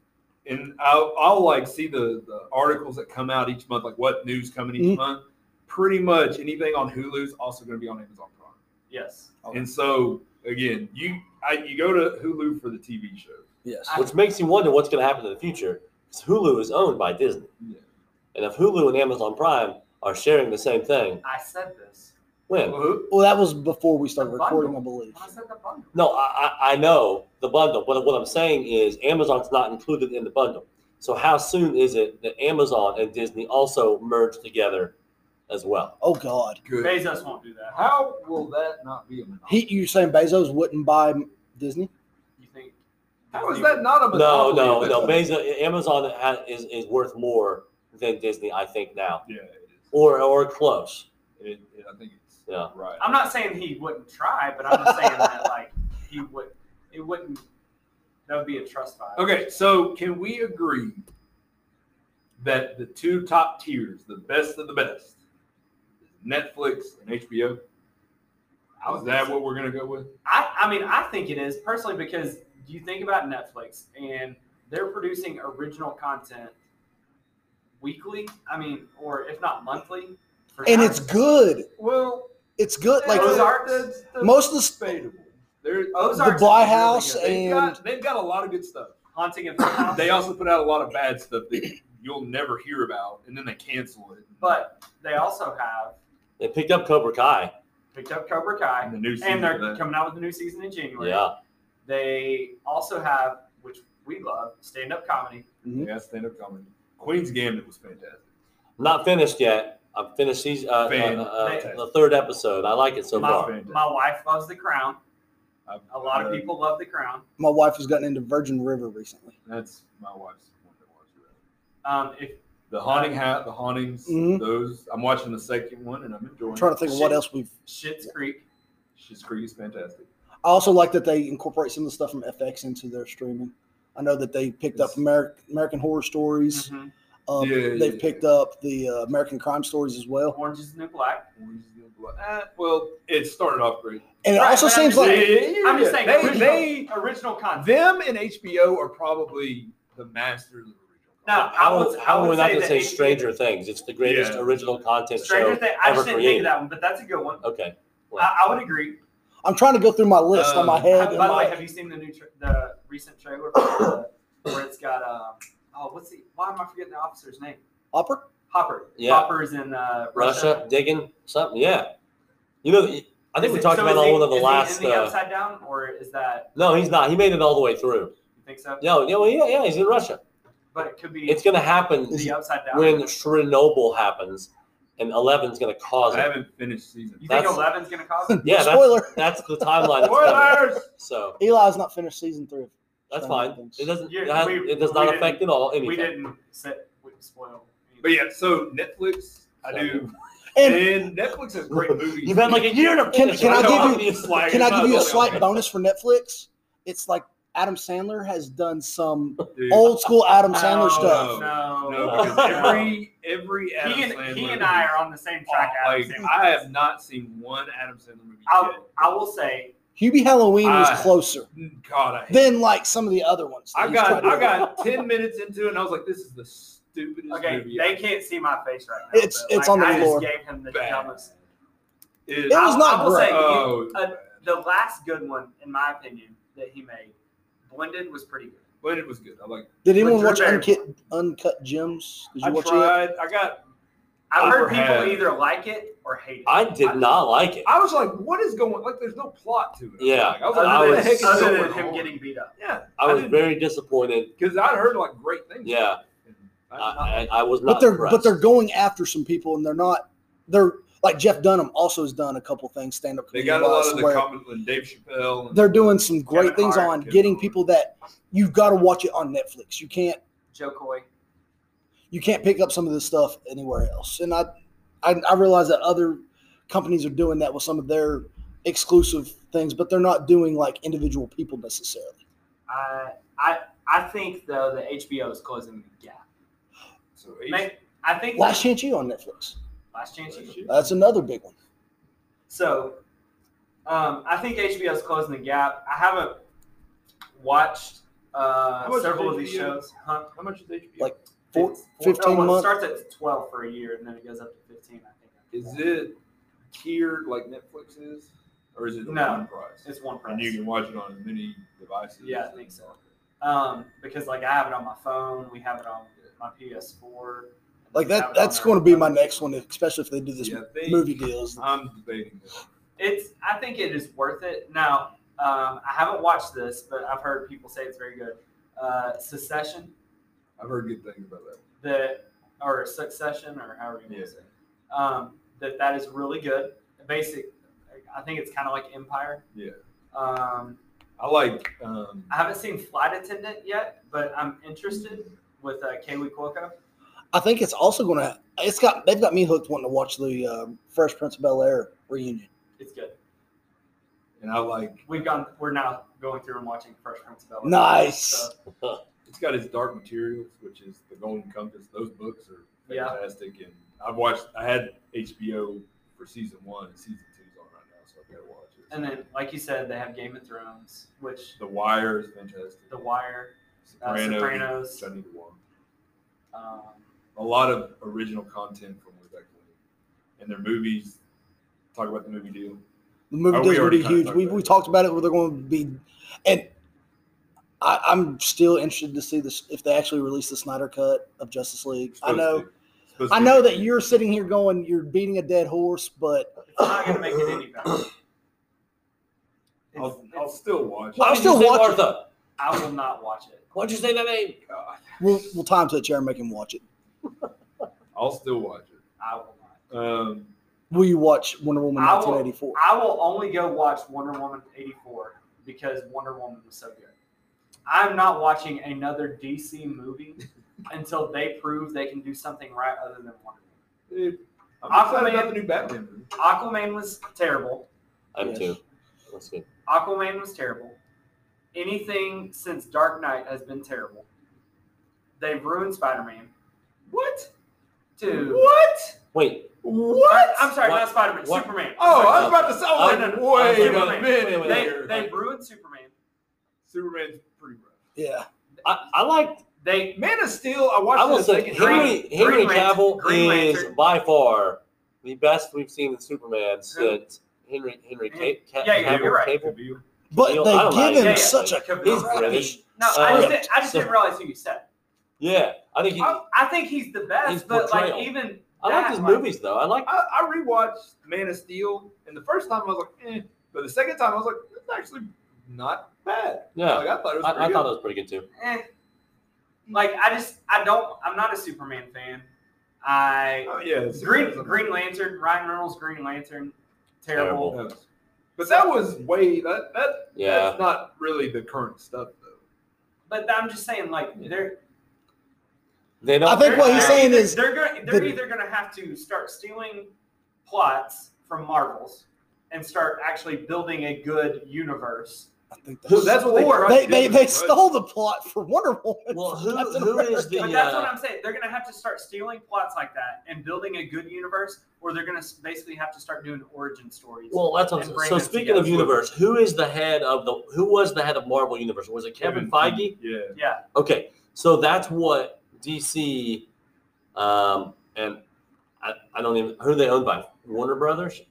[SPEAKER 4] and I'll, I'll like see the, the articles that come out each month, like what news coming each
[SPEAKER 2] Mhm.
[SPEAKER 4] month. Pretty much anything on Hulu is also going to be on Amazon Prime.
[SPEAKER 3] Yes.
[SPEAKER 2] Okay.
[SPEAKER 4] And so again, you I, you go to Hulu for the TV show.
[SPEAKER 2] yes.
[SPEAKER 1] Which makes you wonder what's going to happen in the future. 'cause Hulu is owned by Disney.
[SPEAKER 4] Yeah.
[SPEAKER 1] And if Hulu and Amazon Prime are sharing the same thing,
[SPEAKER 3] I said this.
[SPEAKER 1] when?
[SPEAKER 4] Well,
[SPEAKER 2] Well, that was before we started
[SPEAKER 3] The bundle.
[SPEAKER 2] recording, I believe.
[SPEAKER 3] When I said the bundle.
[SPEAKER 1] No, I, I, I know the bundle. But what I'm saying is Amazon's not included in the bundle. So how soon is it that Amazon and Disney also merge together as well?
[SPEAKER 2] Oh God,
[SPEAKER 4] good.
[SPEAKER 3] Bezos won't do that.
[SPEAKER 4] How will that not be a monopoly?
[SPEAKER 2] he you saying Bezos wouldn't buy Disney?
[SPEAKER 3] You think?
[SPEAKER 4] How is that not a
[SPEAKER 1] No,
[SPEAKER 4] monopoly?
[SPEAKER 1] no, no.
[SPEAKER 4] That's-
[SPEAKER 1] Bezos, Amazon ha is, is worth more than Disney, I think, now.
[SPEAKER 4] Yeah, it is.
[SPEAKER 1] Or, or close.
[SPEAKER 4] It, it, I think it's
[SPEAKER 1] Yeah.
[SPEAKER 4] right.
[SPEAKER 3] I'm not saying he wouldn't try, but I'm just saying that like he would. It wouldn't. That would be a trust violation.
[SPEAKER 4] Okay, so can we agree that the two top tiers, the best of the best, Netflix and HBO?
[SPEAKER 3] I would
[SPEAKER 4] Is that
[SPEAKER 3] say-
[SPEAKER 4] what we're gonna go with?
[SPEAKER 3] I, I mean, I think it is personally because you think about Netflix and they're producing original content weekly. I mean, or if not monthly. For
[SPEAKER 2] And
[SPEAKER 3] sure.
[SPEAKER 2] it's good.
[SPEAKER 4] Well,
[SPEAKER 2] It's good. Like
[SPEAKER 3] Those
[SPEAKER 2] the,
[SPEAKER 3] are-
[SPEAKER 2] most of the sp-
[SPEAKER 4] debatable. They're,
[SPEAKER 2] the
[SPEAKER 3] Ozark's
[SPEAKER 2] Bly
[SPEAKER 3] really
[SPEAKER 2] House
[SPEAKER 3] good.
[SPEAKER 4] they've,
[SPEAKER 2] and
[SPEAKER 4] got, they've got a lot of good stuff.
[SPEAKER 3] haunting of Hill House.
[SPEAKER 4] They also put out a lot of bad stuff that you'll never hear about, and then they cancel it.
[SPEAKER 3] but they also have
[SPEAKER 1] They picked up Cobra Kai.
[SPEAKER 3] picked up Cobra Kai,
[SPEAKER 4] and the new season
[SPEAKER 3] and
[SPEAKER 4] of
[SPEAKER 3] they're
[SPEAKER 4] that.
[SPEAKER 3] coming out with a new season in January.
[SPEAKER 1] Yeah.
[SPEAKER 3] They also have, which we love, stand up comedy.
[SPEAKER 4] Yeah, stand up comedy. Queen's Gambit was fantastic.
[SPEAKER 1] Not finished yet. I've finished these, uh, uh, uh, the third episode. I like it so
[SPEAKER 3] my,
[SPEAKER 1] far.
[SPEAKER 4] Fantastic.
[SPEAKER 3] my wife loves The Crown.
[SPEAKER 4] I've-
[SPEAKER 3] A lot of
[SPEAKER 4] uh,
[SPEAKER 3] people love The Crown.
[SPEAKER 2] My wife has gotten into Virgin River recently.
[SPEAKER 4] That's my wife's one that watched it.
[SPEAKER 3] Um, if
[SPEAKER 4] The Haunting
[SPEAKER 2] Uh,
[SPEAKER 4] Hat, The Hauntings,
[SPEAKER 2] Mhm.
[SPEAKER 4] those. I'm watching the second one and I'm enjoying
[SPEAKER 2] I'm trying to
[SPEAKER 4] it.
[SPEAKER 2] think of what else we've.
[SPEAKER 3] Shit's Creek,
[SPEAKER 4] She's Creek's fantastic.
[SPEAKER 2] I also like that they incorporate some of the stuff from FX into their streaming. I know that they picked up
[SPEAKER 4] Yes. Mm-hmm.
[SPEAKER 2] Ameri- American Horror Stories.
[SPEAKER 3] Mhm.
[SPEAKER 2] Um,
[SPEAKER 4] Yeah, yeah,
[SPEAKER 2] they've
[SPEAKER 4] yeah.
[SPEAKER 2] picked up the uh, American Crime Stories as well.
[SPEAKER 3] Orange is the New Black.
[SPEAKER 4] Orange is the New Black. Eh, well, it started off great.
[SPEAKER 2] And it
[SPEAKER 3] Right,
[SPEAKER 2] also
[SPEAKER 3] but I'm
[SPEAKER 2] seems
[SPEAKER 3] just
[SPEAKER 2] like
[SPEAKER 3] saying- I'm just
[SPEAKER 4] Yeah,
[SPEAKER 3] saying,
[SPEAKER 4] they-
[SPEAKER 3] original,
[SPEAKER 4] they-
[SPEAKER 3] original content.
[SPEAKER 4] Them and HBO are probably the masters of original.
[SPEAKER 3] No,
[SPEAKER 4] content.
[SPEAKER 1] How
[SPEAKER 3] I
[SPEAKER 1] would,
[SPEAKER 3] would,
[SPEAKER 1] how
[SPEAKER 3] I
[SPEAKER 1] would
[SPEAKER 3] would
[SPEAKER 1] we not
[SPEAKER 3] say
[SPEAKER 1] going to
[SPEAKER 3] that
[SPEAKER 1] say
[SPEAKER 3] it-
[SPEAKER 1] Stranger Things? It's the greatest
[SPEAKER 4] Yeah.
[SPEAKER 1] original content
[SPEAKER 3] Stranger
[SPEAKER 1] show
[SPEAKER 3] Things. I
[SPEAKER 1] ever
[SPEAKER 3] just didn't think of
[SPEAKER 1] created.
[SPEAKER 3] that one, but that's a good one.
[SPEAKER 1] Okay.
[SPEAKER 3] I, I would agree.
[SPEAKER 2] I'm trying to go through my list on my
[SPEAKER 4] Um,
[SPEAKER 2] head.
[SPEAKER 3] Uh,
[SPEAKER 2] and
[SPEAKER 3] by the
[SPEAKER 2] my-
[SPEAKER 3] way, have you seen the new tra- the recent trailer for the, where it's got um oh what's the why am I forgetting the officer's name?
[SPEAKER 2] Opera?
[SPEAKER 3] Hopper.
[SPEAKER 1] Yeah.
[SPEAKER 3] Hopper's in uh,
[SPEAKER 1] Russia digging something. Yeah. You know, I think
[SPEAKER 3] Is
[SPEAKER 1] we
[SPEAKER 3] it-
[SPEAKER 1] talked
[SPEAKER 3] so
[SPEAKER 1] about
[SPEAKER 3] is
[SPEAKER 1] that
[SPEAKER 3] he-
[SPEAKER 1] one of the
[SPEAKER 3] is he
[SPEAKER 1] last.
[SPEAKER 3] in the
[SPEAKER 1] uh,
[SPEAKER 3] upside down, or is that
[SPEAKER 1] no, he's not. He made it all the way through.
[SPEAKER 3] you think so?
[SPEAKER 1] No, yeah, well, yeah, yeah, he's in Russia.
[SPEAKER 3] But it could be
[SPEAKER 1] It's going to happen
[SPEAKER 3] the upside down.
[SPEAKER 1] when
[SPEAKER 3] you
[SPEAKER 1] Chernobyl happens, and 11's going to cause
[SPEAKER 4] I
[SPEAKER 1] it.
[SPEAKER 4] haven't finished season.
[SPEAKER 3] think
[SPEAKER 1] that's-
[SPEAKER 3] Eleven's gonna cause it?
[SPEAKER 1] Yeah, that's,
[SPEAKER 2] Spoiler.
[SPEAKER 1] that's the timeline. That's coming.
[SPEAKER 4] Spoilers!
[SPEAKER 1] So
[SPEAKER 2] Eli's not finished season three. of
[SPEAKER 1] that's
[SPEAKER 2] Stranger
[SPEAKER 1] fine.
[SPEAKER 2] Things.
[SPEAKER 1] It doesn't.
[SPEAKER 3] Yeah,
[SPEAKER 1] It, has,
[SPEAKER 3] we-
[SPEAKER 1] it does
[SPEAKER 3] we
[SPEAKER 1] not
[SPEAKER 3] didn't-
[SPEAKER 1] affect at all anything.
[SPEAKER 3] We didn't set we spoil. anything.
[SPEAKER 4] But yeah, so Netflix, I do. And,
[SPEAKER 2] And
[SPEAKER 4] Netflix has great movies.
[SPEAKER 1] You've had like a year to
[SPEAKER 2] Can-
[SPEAKER 1] finish.
[SPEAKER 2] can I
[SPEAKER 1] know,
[SPEAKER 2] give
[SPEAKER 1] I'm
[SPEAKER 2] you-
[SPEAKER 1] being slagged.
[SPEAKER 2] can I give you a slight
[SPEAKER 4] Okay.
[SPEAKER 2] bonus for Netflix? It's like Adam Sandler has done some
[SPEAKER 4] Dude,
[SPEAKER 2] old school Adam Sandler
[SPEAKER 4] Oh.
[SPEAKER 3] No,
[SPEAKER 2] stuff.
[SPEAKER 3] No,
[SPEAKER 4] No, because every every Adam
[SPEAKER 3] he and,
[SPEAKER 4] Sandler
[SPEAKER 3] he and I are on the same track. Adam
[SPEAKER 4] like,
[SPEAKER 3] Sandler.
[SPEAKER 4] I have not seen one Adam Sandler movie
[SPEAKER 3] I, I will say
[SPEAKER 2] Hubie Halloween was
[SPEAKER 4] Ah.
[SPEAKER 2] closer
[SPEAKER 4] yet. God, I hate it.
[SPEAKER 2] than like some of the other ones. that
[SPEAKER 4] I
[SPEAKER 2] he's
[SPEAKER 4] got
[SPEAKER 2] tried
[SPEAKER 4] I
[SPEAKER 2] to-
[SPEAKER 4] got ten minutes into it and I was like, this is the stupidest
[SPEAKER 3] Okay,
[SPEAKER 4] movie.
[SPEAKER 3] they
[SPEAKER 4] I've
[SPEAKER 3] can't see my face right now.
[SPEAKER 2] It's-
[SPEAKER 3] but,
[SPEAKER 2] it's
[SPEAKER 3] like,
[SPEAKER 2] on the
[SPEAKER 3] I
[SPEAKER 2] floor.
[SPEAKER 3] Just gave him the
[SPEAKER 4] Bad.
[SPEAKER 3] dumbest.
[SPEAKER 4] It
[SPEAKER 2] It was
[SPEAKER 3] I-
[SPEAKER 2] not
[SPEAKER 3] I will
[SPEAKER 2] great.
[SPEAKER 3] say, you-
[SPEAKER 4] Oh,
[SPEAKER 3] uh, the last good one, in my opinion, that he made, blended was pretty good.
[SPEAKER 4] but it was good. I like.
[SPEAKER 2] Did anyone
[SPEAKER 3] Drew
[SPEAKER 2] watch
[SPEAKER 3] Barrymore.
[SPEAKER 2] Uncut, Uncut Gems? Did you
[SPEAKER 4] I
[SPEAKER 2] watch it?
[SPEAKER 4] tried. I got.
[SPEAKER 3] I've heard people
[SPEAKER 4] Overhead.
[SPEAKER 3] either like it or hate it.
[SPEAKER 1] I did not like it.
[SPEAKER 4] I was like, what is going? Like, there's no plot to it.
[SPEAKER 1] Yeah.
[SPEAKER 4] Like, I was like,
[SPEAKER 3] other
[SPEAKER 1] I
[SPEAKER 4] what
[SPEAKER 1] was-
[SPEAKER 4] the heck is
[SPEAKER 3] than, other
[SPEAKER 4] going
[SPEAKER 3] than him
[SPEAKER 4] on?
[SPEAKER 3] getting beat up.
[SPEAKER 4] Yeah,
[SPEAKER 1] I was
[SPEAKER 4] didn't-
[SPEAKER 1] very disappointed.
[SPEAKER 4] because I heard like great things.
[SPEAKER 1] Yeah, Uh,
[SPEAKER 4] I,
[SPEAKER 1] I,
[SPEAKER 4] did not-
[SPEAKER 1] I, I was not.
[SPEAKER 2] But they're but
[SPEAKER 1] impressed.
[SPEAKER 2] they're going after some people, and they're not. They're like Jeff Dunham also has done a couple things stand up.
[SPEAKER 4] they got a lot of the comment with Dave Chappelle. And,
[SPEAKER 2] they're doing some great
[SPEAKER 3] Kevin
[SPEAKER 2] things
[SPEAKER 3] Hart,
[SPEAKER 2] on
[SPEAKER 4] Kevin
[SPEAKER 2] getting
[SPEAKER 4] Hart.
[SPEAKER 2] people that you've got to watch it on Netflix. You can't
[SPEAKER 3] Joe Coy.
[SPEAKER 2] you can't pick up some of this stuff anywhere else. And I, I, I realize that other companies are doing that with some of their exclusive things, but they're not doing like individual people necessarily.
[SPEAKER 3] I, I, I think though that HBO is closing the gap.
[SPEAKER 4] so
[SPEAKER 3] May- I think
[SPEAKER 2] Last Chance You on Netflix.
[SPEAKER 3] Last chance. You.
[SPEAKER 2] That's another big one.
[SPEAKER 3] So, um, I think HBO is closing the gap. I haven't watched
[SPEAKER 4] How
[SPEAKER 3] uh,
[SPEAKER 4] much
[SPEAKER 3] several
[SPEAKER 4] is
[SPEAKER 3] of these
[SPEAKER 4] HBO?
[SPEAKER 3] shows. Huh?
[SPEAKER 4] How much is HBO?
[SPEAKER 2] Like, Four,
[SPEAKER 3] It's four- oh,
[SPEAKER 2] 15
[SPEAKER 3] well,
[SPEAKER 2] months?
[SPEAKER 3] It starts at 12 for a year and then it goes up to 15, I think.
[SPEAKER 4] is it tiered like Netflix is, or is it the
[SPEAKER 3] No.
[SPEAKER 4] one price?
[SPEAKER 3] It's one price.
[SPEAKER 4] and you can watch it on as many devices.
[SPEAKER 3] Yeah, I think so. Um, because like I have it on my phone, we have it on my PS4.
[SPEAKER 2] like
[SPEAKER 3] we have
[SPEAKER 2] that.
[SPEAKER 3] it
[SPEAKER 2] That's
[SPEAKER 3] on
[SPEAKER 2] going
[SPEAKER 3] our-
[SPEAKER 2] to be my next one, especially if they do this
[SPEAKER 4] Yeah, I think-
[SPEAKER 2] movie deals.
[SPEAKER 4] I'm debating this.
[SPEAKER 3] It's. I think it is worth it. Now, um, I haven't watched this, but I've heard people say it's very good. Uh, Secession,
[SPEAKER 4] I've heard good things about that.
[SPEAKER 3] the or Succession, or however you want
[SPEAKER 4] Yeah.
[SPEAKER 3] to say, it. um, that that is really good. Basic. I think it's kind of like Empire.
[SPEAKER 4] Yeah.
[SPEAKER 3] Um,
[SPEAKER 4] I like. Um,
[SPEAKER 3] I haven't seen Flight Attendant yet, but I'm interested with uh, Kaylee Cuoco.
[SPEAKER 2] I think it's also going to. It's got. They've got me hooked wanting to watch the um, Fresh Prince of Bel Air reunion.
[SPEAKER 3] It's good.
[SPEAKER 4] and I like.
[SPEAKER 3] We've gone. We're now going through and watching Fresh Prince of Bel Air.
[SPEAKER 2] Nice.
[SPEAKER 4] It's got his Dark Materials, which is the Golden Compass. Those books are
[SPEAKER 3] Yeah.
[SPEAKER 4] fantastic, and I've watched. I had HBO for season one, and season two's on right now, so I've got to watch it.
[SPEAKER 3] and then, like you said, they have Game of Thrones, which
[SPEAKER 4] The Wire is fantastic.
[SPEAKER 3] The Wire, uh,
[SPEAKER 4] Sopranos,
[SPEAKER 3] Sopranos.
[SPEAKER 4] which I need to watch.
[SPEAKER 3] Um,
[SPEAKER 4] A lot of original content from way back when, and their movies. Talk about the movie
[SPEAKER 2] The
[SPEAKER 4] deal. Oh,
[SPEAKER 2] movie
[SPEAKER 4] we
[SPEAKER 2] deals will
[SPEAKER 4] already
[SPEAKER 2] be
[SPEAKER 4] kinda
[SPEAKER 2] huge.
[SPEAKER 4] talked
[SPEAKER 2] We,
[SPEAKER 4] about
[SPEAKER 2] we
[SPEAKER 4] it.
[SPEAKER 2] talked about it. Where they're going to be, and I, I'm still interested to see this if they actually release the Snyder cut of Justice League. I know, I know that you're sitting here going, you're beating a dead horse, but
[SPEAKER 3] it's not going to make it any better. It's-
[SPEAKER 4] I'll, I'll
[SPEAKER 3] it's-
[SPEAKER 4] still watch.
[SPEAKER 2] Well,
[SPEAKER 1] I
[SPEAKER 2] I'm
[SPEAKER 1] was
[SPEAKER 2] still
[SPEAKER 1] still
[SPEAKER 2] watching.
[SPEAKER 1] Martha.
[SPEAKER 3] I will not watch it.
[SPEAKER 1] Why'd you say that name?
[SPEAKER 4] God,
[SPEAKER 2] We'll, we'll time to the chair and make him watch it.
[SPEAKER 4] I'll still watch it.
[SPEAKER 3] I will not.
[SPEAKER 4] Um,
[SPEAKER 2] Will you watch Wonder Woman
[SPEAKER 3] I will-
[SPEAKER 2] 1984?
[SPEAKER 3] I will only go watch Wonder Woman 84 because Wonder Woman was so good. I'm not watching another DC movie until they prove they can do something right other than Wonder Woman.
[SPEAKER 4] dude, I'm
[SPEAKER 3] Aquaman-
[SPEAKER 4] excited about the new Batman movie.
[SPEAKER 3] Aquaman was terrible.
[SPEAKER 1] I'm
[SPEAKER 2] Yes.
[SPEAKER 1] too. That's good.
[SPEAKER 3] Aquaman was terrible. Anything since Dark Knight has been terrible. They've ruined Spider Man. What? Dude.
[SPEAKER 4] What?
[SPEAKER 1] Wait,
[SPEAKER 4] What?
[SPEAKER 3] I'm sorry,
[SPEAKER 1] What?
[SPEAKER 3] not Spider Man,
[SPEAKER 1] What?
[SPEAKER 3] Superman.
[SPEAKER 4] oh, I was
[SPEAKER 1] sorry.
[SPEAKER 4] about to say. I was
[SPEAKER 1] Oh,
[SPEAKER 4] like,
[SPEAKER 1] no, no, no,
[SPEAKER 4] wait
[SPEAKER 1] no, no,
[SPEAKER 4] a minute
[SPEAKER 1] wait,
[SPEAKER 3] They,
[SPEAKER 4] here.
[SPEAKER 3] they ruined Superman.
[SPEAKER 4] Superman's pretty rough.
[SPEAKER 2] yeah.
[SPEAKER 1] I, I like.
[SPEAKER 3] They
[SPEAKER 4] Man of Steel. I watched
[SPEAKER 1] I will
[SPEAKER 4] the
[SPEAKER 1] say
[SPEAKER 4] second time.
[SPEAKER 1] Henry
[SPEAKER 3] Green
[SPEAKER 1] Henry
[SPEAKER 3] Lantern-
[SPEAKER 1] Cavill
[SPEAKER 3] Green
[SPEAKER 1] is
[SPEAKER 3] Lantern.
[SPEAKER 1] by far the best we've seen in Superman since Henry Henry Ca- Ca-
[SPEAKER 3] Yeah, yeah,
[SPEAKER 1] Cavill.
[SPEAKER 3] you're right.
[SPEAKER 1] Cavill?
[SPEAKER 2] But
[SPEAKER 1] Neil, I
[SPEAKER 2] they
[SPEAKER 1] don't know.
[SPEAKER 2] give him
[SPEAKER 3] Yeah, yeah.
[SPEAKER 2] such a
[SPEAKER 3] He's
[SPEAKER 2] crappy-
[SPEAKER 1] British.
[SPEAKER 3] no, I
[SPEAKER 1] Uh,
[SPEAKER 3] just didn't, I just
[SPEAKER 1] so-
[SPEAKER 3] didn't realize who you said.
[SPEAKER 1] Yeah, I think he,
[SPEAKER 3] I, I think he's the best,
[SPEAKER 1] His
[SPEAKER 3] but like
[SPEAKER 1] portrayal.
[SPEAKER 3] even
[SPEAKER 1] I like
[SPEAKER 3] that,
[SPEAKER 1] his
[SPEAKER 3] like-
[SPEAKER 1] movies though. I like.
[SPEAKER 4] I, I rewatched Man of Steel, and the first time I was like, eh. But the second time I was like, it's actually not bad.
[SPEAKER 1] Yeah,
[SPEAKER 4] Like, I thought it was
[SPEAKER 1] I,
[SPEAKER 4] pretty
[SPEAKER 1] I
[SPEAKER 4] good.
[SPEAKER 1] thought that was pretty good too.
[SPEAKER 3] eh. like I just I don't I'm not a Superman fan. I
[SPEAKER 4] Oh, yeah.
[SPEAKER 3] Green
[SPEAKER 4] Superman's a-
[SPEAKER 3] Green Lantern, Ryan Reynolds Green Lantern, terrible.
[SPEAKER 1] Terrible.
[SPEAKER 4] Yeah. But that was way that that
[SPEAKER 1] Yeah.
[SPEAKER 4] that's not really the current stuff though.
[SPEAKER 3] But I'm just saying, like they're.
[SPEAKER 1] They don't.
[SPEAKER 2] I think what
[SPEAKER 3] they're-
[SPEAKER 2] he's saying is
[SPEAKER 3] they're going. They're
[SPEAKER 2] the-
[SPEAKER 3] either going to have to start stealing plots from Marvels and start actually building a good universe.
[SPEAKER 2] I think
[SPEAKER 4] Well,
[SPEAKER 2] that's,
[SPEAKER 4] that's what they
[SPEAKER 3] Or-
[SPEAKER 4] tried
[SPEAKER 2] they,
[SPEAKER 4] to
[SPEAKER 2] they,
[SPEAKER 4] do,
[SPEAKER 2] they
[SPEAKER 4] right?
[SPEAKER 2] stole the plot for Wonder Woman.
[SPEAKER 1] Well, who
[SPEAKER 2] Captain
[SPEAKER 1] who is the?
[SPEAKER 3] But that's what
[SPEAKER 1] Uh,
[SPEAKER 3] I'm saying. They're going to have to start stealing plots like that and building a good universe, or they're going to basically have to start doing origin stories.
[SPEAKER 1] well, that's what
[SPEAKER 3] and
[SPEAKER 1] I'm,
[SPEAKER 3] bring
[SPEAKER 1] so.
[SPEAKER 3] them
[SPEAKER 1] Speaking
[SPEAKER 3] together.
[SPEAKER 1] of universe, who is the head of the? Who was the head of Marvel Universe? Was it Kevin Feige?
[SPEAKER 4] Yeah.
[SPEAKER 3] yeah,
[SPEAKER 1] Okay, so that's what DC, um, and I, I don't even who are they owned by Warner Brothers.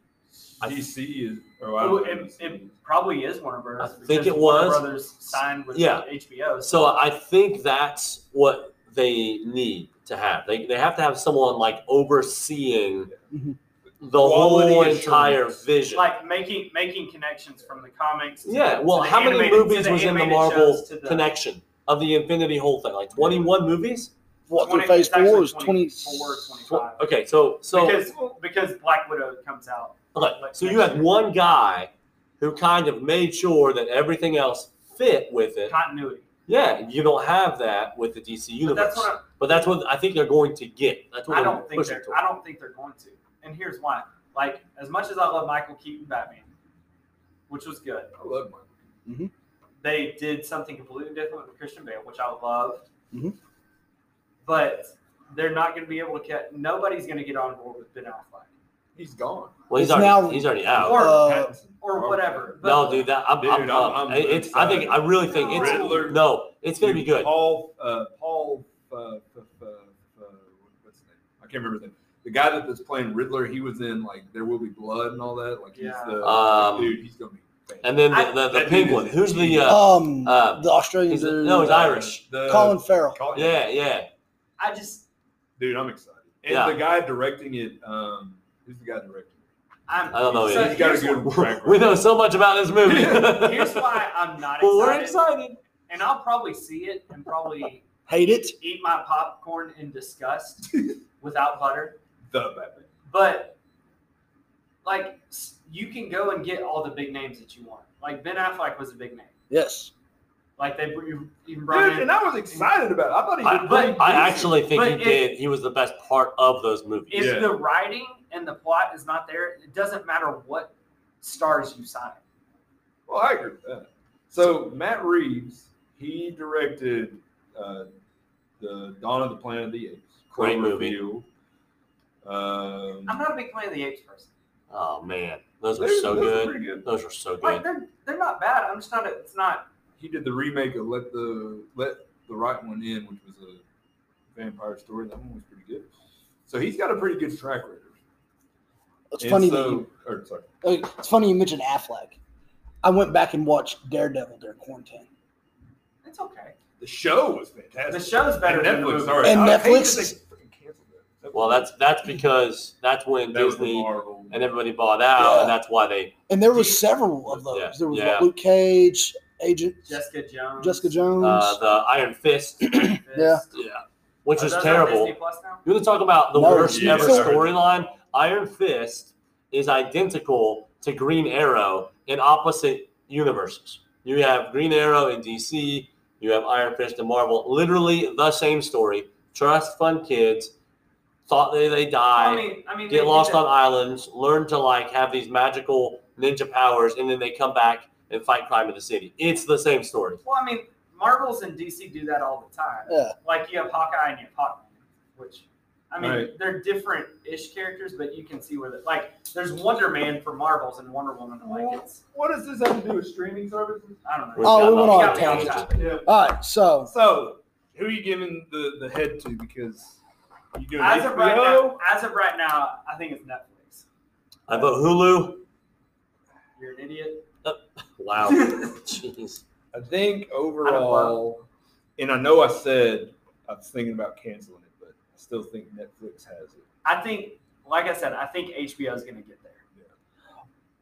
[SPEAKER 1] I-
[SPEAKER 4] DC is or I
[SPEAKER 3] Well,
[SPEAKER 4] don't know.
[SPEAKER 3] it, it probably is Warner Brothers.
[SPEAKER 1] I think
[SPEAKER 3] because
[SPEAKER 1] it
[SPEAKER 3] Warner
[SPEAKER 1] was.
[SPEAKER 3] Brothers signed with
[SPEAKER 1] Yeah.
[SPEAKER 3] HBO.
[SPEAKER 1] So I think that's what they need to have. They they have to have someone like overseeing the
[SPEAKER 2] Mhm.
[SPEAKER 4] Quality
[SPEAKER 1] whole
[SPEAKER 4] assurance.
[SPEAKER 1] entire vision.
[SPEAKER 3] like making making connections from the comics. to
[SPEAKER 1] Yeah,
[SPEAKER 3] the-
[SPEAKER 1] well,
[SPEAKER 3] to the
[SPEAKER 1] how many
[SPEAKER 3] animated- to
[SPEAKER 1] movies was in the
[SPEAKER 3] animated
[SPEAKER 1] Marvel
[SPEAKER 3] shows, to the-
[SPEAKER 1] connection of the Infinity whole thing? Like 21 movies?
[SPEAKER 2] What through
[SPEAKER 3] 20
[SPEAKER 2] phase
[SPEAKER 3] it's actually
[SPEAKER 2] four is 20,
[SPEAKER 3] 24, 25.
[SPEAKER 1] Okay, so so
[SPEAKER 3] because because Black Widow comes out.
[SPEAKER 1] okay, so you had one guy who kind of made sure that everything else fit with it.
[SPEAKER 3] continuity.
[SPEAKER 1] Yeah, you don't have that with the DC
[SPEAKER 3] But
[SPEAKER 1] universe.
[SPEAKER 3] that's what
[SPEAKER 1] But that's what I think they're going to get. That's what
[SPEAKER 3] I, I
[SPEAKER 1] they're
[SPEAKER 3] don't think
[SPEAKER 1] pushing
[SPEAKER 3] they're.
[SPEAKER 1] toward.
[SPEAKER 3] I don't think they're going to. And here's why. Like as much as I love Michael Keaton Batman, which was good,
[SPEAKER 4] I love Marvel.
[SPEAKER 3] they did something completely different with Christian Bale, which I loved.
[SPEAKER 2] Mhm.
[SPEAKER 3] But they're not going to be able to get. Nobody's going to get on board with Ben Affleck
[SPEAKER 4] He's gone.
[SPEAKER 1] Well, he's
[SPEAKER 2] It's
[SPEAKER 1] already
[SPEAKER 2] now-
[SPEAKER 1] he's already out.
[SPEAKER 3] Or-
[SPEAKER 2] Uh,
[SPEAKER 3] or
[SPEAKER 4] Robert
[SPEAKER 3] whatever. But
[SPEAKER 1] no, dude, that I'm,
[SPEAKER 4] Dude,
[SPEAKER 1] I'm,
[SPEAKER 4] I'm-
[SPEAKER 1] up.
[SPEAKER 4] I'm
[SPEAKER 1] it's. I think I really think it's.
[SPEAKER 4] Riddler.
[SPEAKER 1] No, it's gonna be good.
[SPEAKER 4] Paul uh, Paul uh, f- f- uh, what's his name? I can't remember the name. The guy that was playing Riddler, he was in like There Will Be Blood and all that. Like he's
[SPEAKER 3] Yeah.
[SPEAKER 4] the
[SPEAKER 1] Um,
[SPEAKER 4] dude, he's gonna be fantastic.
[SPEAKER 1] And then the,
[SPEAKER 3] I-
[SPEAKER 1] the, the
[SPEAKER 4] That dude
[SPEAKER 1] penguin.
[SPEAKER 4] is-
[SPEAKER 1] Who's the? Uh,
[SPEAKER 2] um,
[SPEAKER 1] uh,
[SPEAKER 2] the Australian
[SPEAKER 1] he's a-
[SPEAKER 2] dude,
[SPEAKER 1] no, he's
[SPEAKER 2] uh,
[SPEAKER 1] Irish.
[SPEAKER 4] The,
[SPEAKER 2] Colin Farrell.
[SPEAKER 4] Colin-
[SPEAKER 1] yeah, yeah.
[SPEAKER 3] I just
[SPEAKER 4] Dude, I'm excited. And
[SPEAKER 1] Yeah.
[SPEAKER 4] the guy directing it, um, who's the guy directing it?
[SPEAKER 3] I'm,
[SPEAKER 1] I don't know
[SPEAKER 3] So
[SPEAKER 1] either.
[SPEAKER 4] he's got a
[SPEAKER 3] here's
[SPEAKER 4] good track
[SPEAKER 1] We
[SPEAKER 4] record.
[SPEAKER 1] know so much about this movie.
[SPEAKER 4] Yeah,
[SPEAKER 3] Here's why I'm not
[SPEAKER 1] well, we're
[SPEAKER 3] excited,
[SPEAKER 1] excited.
[SPEAKER 3] and I'll probably see it and probably
[SPEAKER 2] Hate it.
[SPEAKER 3] eat my popcorn in disgust without butter.
[SPEAKER 4] The Batman.
[SPEAKER 3] But like, s- you can go and get all the big names that you want. Like Ben Affleck was a big name.
[SPEAKER 2] Yes.
[SPEAKER 3] Like they br- you- even brought
[SPEAKER 4] Dude,
[SPEAKER 3] in.
[SPEAKER 4] and I was excited about it. I thought he
[SPEAKER 1] I,
[SPEAKER 4] did
[SPEAKER 3] but-
[SPEAKER 4] pretty
[SPEAKER 1] I
[SPEAKER 4] decent.
[SPEAKER 1] actually think he
[SPEAKER 3] But it-
[SPEAKER 1] did. He was the best part of those movies.
[SPEAKER 3] If
[SPEAKER 4] Yeah.
[SPEAKER 3] the writing and the plot is not there, it doesn't matter what stars you sign.
[SPEAKER 4] Well, I agree with that. So Matt Reeves, he directed uh, the Dawn of the Planet of the Apes.
[SPEAKER 1] Great movie.
[SPEAKER 4] Cloverfield. Um,
[SPEAKER 3] I'm not a big fan of the Apes person.
[SPEAKER 1] Oh man, those are
[SPEAKER 4] those-
[SPEAKER 1] so
[SPEAKER 4] those are
[SPEAKER 1] good.
[SPEAKER 4] pretty good.
[SPEAKER 1] Those are so good.
[SPEAKER 3] Like they're they're not bad. I'm just not. A, it's not.
[SPEAKER 4] He did the remake of Let the Let the Right One In, which was a vampire story. That one was pretty good. So he's got a pretty good track record.
[SPEAKER 2] It's
[SPEAKER 4] And
[SPEAKER 2] funny that
[SPEAKER 4] So,
[SPEAKER 2] you
[SPEAKER 4] or, sorry.
[SPEAKER 2] Like, it's funny you mentioned Affleck. I went back and watched Daredevil during quarantine,
[SPEAKER 3] It's okay.
[SPEAKER 4] The show was fantastic.
[SPEAKER 3] The show's better
[SPEAKER 4] And
[SPEAKER 3] than the
[SPEAKER 4] Netflix.
[SPEAKER 3] movie.
[SPEAKER 4] Sorry,
[SPEAKER 2] And
[SPEAKER 4] I hate that
[SPEAKER 2] Netflix?
[SPEAKER 4] they freaking canceled that.
[SPEAKER 1] Well, that's that's because that's when
[SPEAKER 4] that was the
[SPEAKER 1] Disney
[SPEAKER 4] Marvel.
[SPEAKER 1] and everybody bought out,
[SPEAKER 2] Yeah.
[SPEAKER 1] and that's why they.
[SPEAKER 2] and there was
[SPEAKER 1] Deep.
[SPEAKER 2] several of those.
[SPEAKER 1] Yeah,
[SPEAKER 2] There was
[SPEAKER 1] yeah.
[SPEAKER 2] Luke Cage, agent,
[SPEAKER 3] Jessica Jones.
[SPEAKER 2] Jessica Jones.
[SPEAKER 1] Uh, the Iron Fist,
[SPEAKER 3] Jones.
[SPEAKER 2] Yeah.
[SPEAKER 1] yeah, which is
[SPEAKER 3] that's on
[SPEAKER 1] terrible.
[SPEAKER 3] Disney Plus now?
[SPEAKER 1] You want to talk about the
[SPEAKER 2] No,
[SPEAKER 1] worst
[SPEAKER 4] yeah.
[SPEAKER 1] ever
[SPEAKER 2] So-
[SPEAKER 1] storyline? Iron Fist is identical to Green Arrow in opposite universes. You have Green Arrow in DC, you have Iron Fist in Marvel. Literally the same story. Trust fund kids, thought they they die,
[SPEAKER 3] I mean, I mean, they
[SPEAKER 1] get
[SPEAKER 3] did
[SPEAKER 1] lost
[SPEAKER 3] that-
[SPEAKER 1] on islands, learn to like have these magical ninja powers, and then they come back and fight crime in the city. It's the same story.
[SPEAKER 3] Well, I mean, Marvels and DC do that all the time.
[SPEAKER 2] Yeah.
[SPEAKER 3] Like you have Hawkeye and you have Hawkman, which I mean,
[SPEAKER 4] Right.
[SPEAKER 3] they're different-ish characters, but you can see where they like. There's Wonder Man for Marvels and Wonder Woman. Like it's,
[SPEAKER 4] What does this have to do with streaming services?
[SPEAKER 3] I don't know.
[SPEAKER 1] We've
[SPEAKER 2] Oh,
[SPEAKER 1] got
[SPEAKER 2] we went
[SPEAKER 1] nothing.
[SPEAKER 2] on
[SPEAKER 1] Got
[SPEAKER 2] a
[SPEAKER 1] me
[SPEAKER 2] tangent.
[SPEAKER 1] tangent.
[SPEAKER 4] Yeah.
[SPEAKER 2] All right, so
[SPEAKER 4] So, who are you giving the, the head to? Because you doing
[SPEAKER 3] As
[SPEAKER 4] HBO?
[SPEAKER 3] of right now, as of right now, I think it's Netflix.
[SPEAKER 1] I vote Hulu.
[SPEAKER 3] You're an idiot.
[SPEAKER 1] Wow. Jeez.
[SPEAKER 4] I think
[SPEAKER 3] I don't
[SPEAKER 4] overall, and I know I said I was thinking about canceling it, but I still think Netflix has it.
[SPEAKER 3] I think, like I said, I think HBO is going to get there.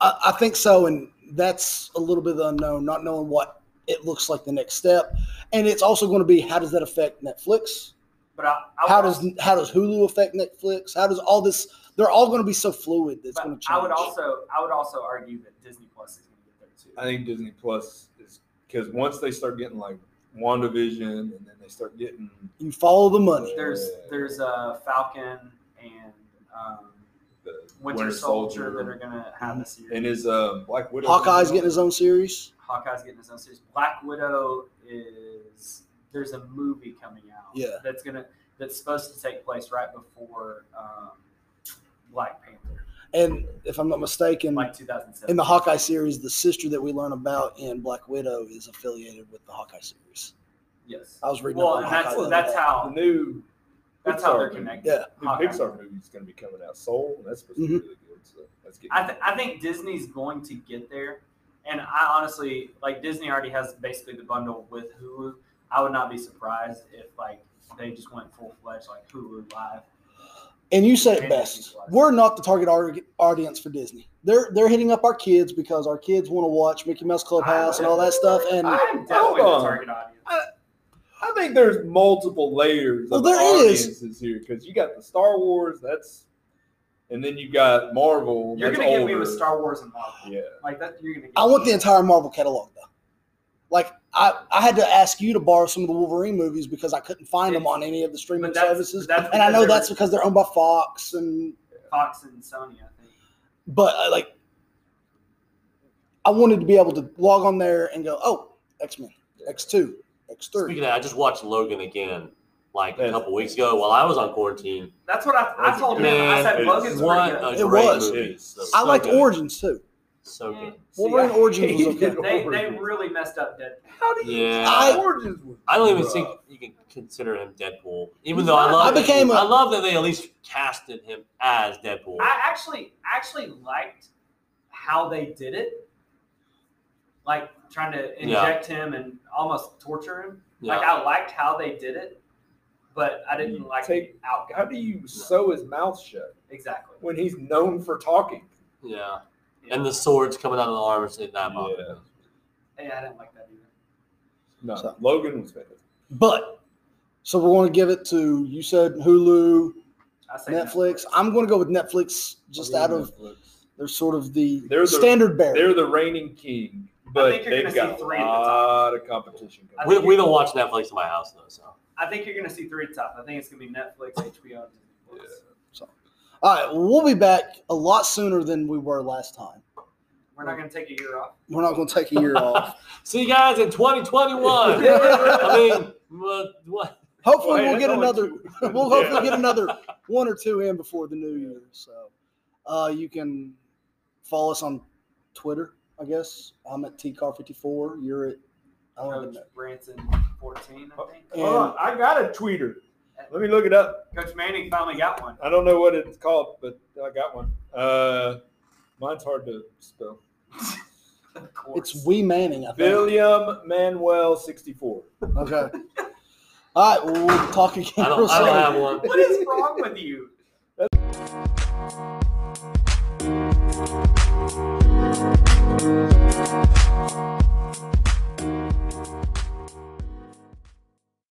[SPEAKER 2] I, I think so, and that's a little bit of the unknown, not knowing what it looks like the next step, and it's also going to be how does that affect Netflix?
[SPEAKER 3] But I, I
[SPEAKER 2] How
[SPEAKER 3] would-
[SPEAKER 2] does how does Hulu affect Netflix? How does all this? They're all going to be so fluid that's
[SPEAKER 3] but
[SPEAKER 2] going to change.
[SPEAKER 3] I would also I would also argue that Disney Plus is going to get there too.
[SPEAKER 4] I think Disney Plus is because once they start getting like WandaVision, and then they start getting
[SPEAKER 2] you follow the money.
[SPEAKER 3] There's there's uh, Falcon and um,
[SPEAKER 4] the
[SPEAKER 3] Winter, Soldier, that are gonna have this year.
[SPEAKER 4] and is um, Black Widow.
[SPEAKER 2] Hawkeye's getting his own series.
[SPEAKER 3] Hawkeye's getting his own series. Black Widow is there's a movie coming out.
[SPEAKER 2] Yeah.
[SPEAKER 3] That's gonna that's supposed to take place right before um, Black Panther,
[SPEAKER 2] And if I'm not mistaken,
[SPEAKER 3] like 2007.
[SPEAKER 2] in the Hawkeye series, the sister that we learn about in Black Widow is affiliated with the Hawkeye series.
[SPEAKER 3] yes.
[SPEAKER 2] I was reading.
[SPEAKER 3] Well,
[SPEAKER 2] up on
[SPEAKER 3] and
[SPEAKER 2] Hawkeye
[SPEAKER 3] that's
[SPEAKER 2] the other
[SPEAKER 3] that's
[SPEAKER 2] day.
[SPEAKER 4] the
[SPEAKER 3] how
[SPEAKER 4] new.
[SPEAKER 3] that's how they're
[SPEAKER 4] Pixar
[SPEAKER 3] connected.
[SPEAKER 2] Yeah.
[SPEAKER 4] Movie. The
[SPEAKER 3] Hawkeye.
[SPEAKER 4] Pixar movie is going to be coming out. Soul. That's supposed to be really good. So that's getting.
[SPEAKER 3] I, th- I think Disney's going to get there. And I honestly, like, Disney already has basically the bundle with Hulu. I would not be surprised if, like, they just went full fledged, like, Hulu Live.
[SPEAKER 2] And you say it
[SPEAKER 3] And
[SPEAKER 2] best.
[SPEAKER 3] Disney Plus.
[SPEAKER 2] We're not the target ar- audience for Disney. They're they're hitting up our kids because our kids want to watch Mickey Mouse Clubhouse and all that stuff. And
[SPEAKER 4] I-
[SPEAKER 3] I'm definitely
[SPEAKER 4] hold on.
[SPEAKER 3] the target audience.
[SPEAKER 4] I think there's multiple layers
[SPEAKER 2] Well,
[SPEAKER 4] of
[SPEAKER 2] there is.
[SPEAKER 4] audiences here because you got the Star Wars, that's, and then you got Marvel.
[SPEAKER 3] You're
[SPEAKER 4] that's
[SPEAKER 3] going to get me
[SPEAKER 4] older.
[SPEAKER 3] with Star Wars and Marvel.
[SPEAKER 4] Yeah,
[SPEAKER 3] Like, that, you're going to
[SPEAKER 2] I want the entire Marvel catalog though. Like I, I had to ask you to borrow some of the Wolverine movies because I couldn't find them on any of the streaming services.
[SPEAKER 3] That's
[SPEAKER 2] And I
[SPEAKER 3] because
[SPEAKER 2] know
[SPEAKER 3] they're
[SPEAKER 2] that's because they're owned by Fox and
[SPEAKER 3] Fox and Sony, I think.
[SPEAKER 2] but uh, like I wanted to be able to log on there and go, oh, X Men, X two, X
[SPEAKER 1] Speaking
[SPEAKER 2] three.
[SPEAKER 1] of that, I just watched Logan again like a
[SPEAKER 4] That's-
[SPEAKER 1] couple weeks ago while I was on quarantine.
[SPEAKER 3] That's what I, I told him. I
[SPEAKER 1] Man,
[SPEAKER 3] said,
[SPEAKER 4] it's
[SPEAKER 3] Logan's
[SPEAKER 1] what
[SPEAKER 3] pretty
[SPEAKER 1] a
[SPEAKER 3] good.
[SPEAKER 2] It
[SPEAKER 1] great
[SPEAKER 2] was.
[SPEAKER 1] movie.
[SPEAKER 4] It is.
[SPEAKER 1] So,
[SPEAKER 2] I
[SPEAKER 1] so
[SPEAKER 2] liked
[SPEAKER 1] good.
[SPEAKER 2] Origins too.
[SPEAKER 1] So good.
[SPEAKER 2] Wolverine Origins was okay.
[SPEAKER 3] They, they really messed up Deadpool.
[SPEAKER 4] How do you?
[SPEAKER 1] Yeah.
[SPEAKER 4] I, Origins was
[SPEAKER 1] I don't even
[SPEAKER 4] rough.
[SPEAKER 1] think you can consider him Deadpool. Even
[SPEAKER 3] He's
[SPEAKER 1] though I
[SPEAKER 3] not.
[SPEAKER 1] love
[SPEAKER 2] I became a-
[SPEAKER 1] I love that they at least casted him as Deadpool.
[SPEAKER 3] I actually actually liked how they did it, like trying to inject him and almost torture him.
[SPEAKER 1] yeah. Mm.
[SPEAKER 3] Like I liked how they did it, but I didn't
[SPEAKER 4] You
[SPEAKER 3] like
[SPEAKER 4] take-
[SPEAKER 3] the outcome
[SPEAKER 4] How do you sew his mouth shut
[SPEAKER 3] exactly.
[SPEAKER 4] when he's known for talking?
[SPEAKER 1] yeah. And the swords coming out of the armor so it not bothered
[SPEAKER 4] Yeah.
[SPEAKER 1] me.
[SPEAKER 3] yeah, I didn't like that either.
[SPEAKER 4] No,
[SPEAKER 2] So-
[SPEAKER 4] Logan was better.
[SPEAKER 2] But so we're going to give it to you said Hulu,
[SPEAKER 3] I say
[SPEAKER 2] Netflix. I'm going to go with Netflix just out of they're sort of the
[SPEAKER 4] They're the-
[SPEAKER 2] standard bearer.
[SPEAKER 4] they're the reigning king,
[SPEAKER 3] I
[SPEAKER 4] but
[SPEAKER 3] think you're
[SPEAKER 4] they've
[SPEAKER 3] gonna
[SPEAKER 4] got
[SPEAKER 3] see
[SPEAKER 4] a
[SPEAKER 3] three at the
[SPEAKER 4] lot of competition.
[SPEAKER 3] I
[SPEAKER 1] We,
[SPEAKER 3] think
[SPEAKER 1] we
[SPEAKER 3] you-
[SPEAKER 1] don't watch Netflix in my house though, so
[SPEAKER 3] I think you're gonna see three at the top. I think it's gonna be Netflix, HBO, and Disney Plus.
[SPEAKER 2] All right, well, we'll be back a lot sooner than we were last time.
[SPEAKER 3] We're not gonna take a year off.
[SPEAKER 2] We're not going to take a year off.
[SPEAKER 1] see you guys in 2021. I mean, what, what?
[SPEAKER 2] Hopefully,
[SPEAKER 4] Well, hey,
[SPEAKER 2] we'll get
[SPEAKER 4] that's
[SPEAKER 2] another.
[SPEAKER 4] only two.
[SPEAKER 2] we'll
[SPEAKER 4] Yeah.
[SPEAKER 2] hopefully get another one or two in before the new year. So, uh, you can follow us on Twitter, I guess. I'm at tcar54. You're at. I Oh. don't even
[SPEAKER 3] Coach
[SPEAKER 2] know.
[SPEAKER 3] Branson, fourteen, I think.
[SPEAKER 2] And-
[SPEAKER 4] Hold on, I got a tweeter. Let me look it up.
[SPEAKER 3] Coach Manning finally got one.
[SPEAKER 4] I don't know what it's called, but I got one. Uh, mine's hard to spell.
[SPEAKER 3] Of course.
[SPEAKER 2] It's We Manning, I think.
[SPEAKER 4] William Manuel 64.
[SPEAKER 2] Okay. All right, well, we'll talk again.
[SPEAKER 1] I
[SPEAKER 2] real
[SPEAKER 1] don't I don't
[SPEAKER 2] soon.
[SPEAKER 1] have one.
[SPEAKER 3] What is wrong with you?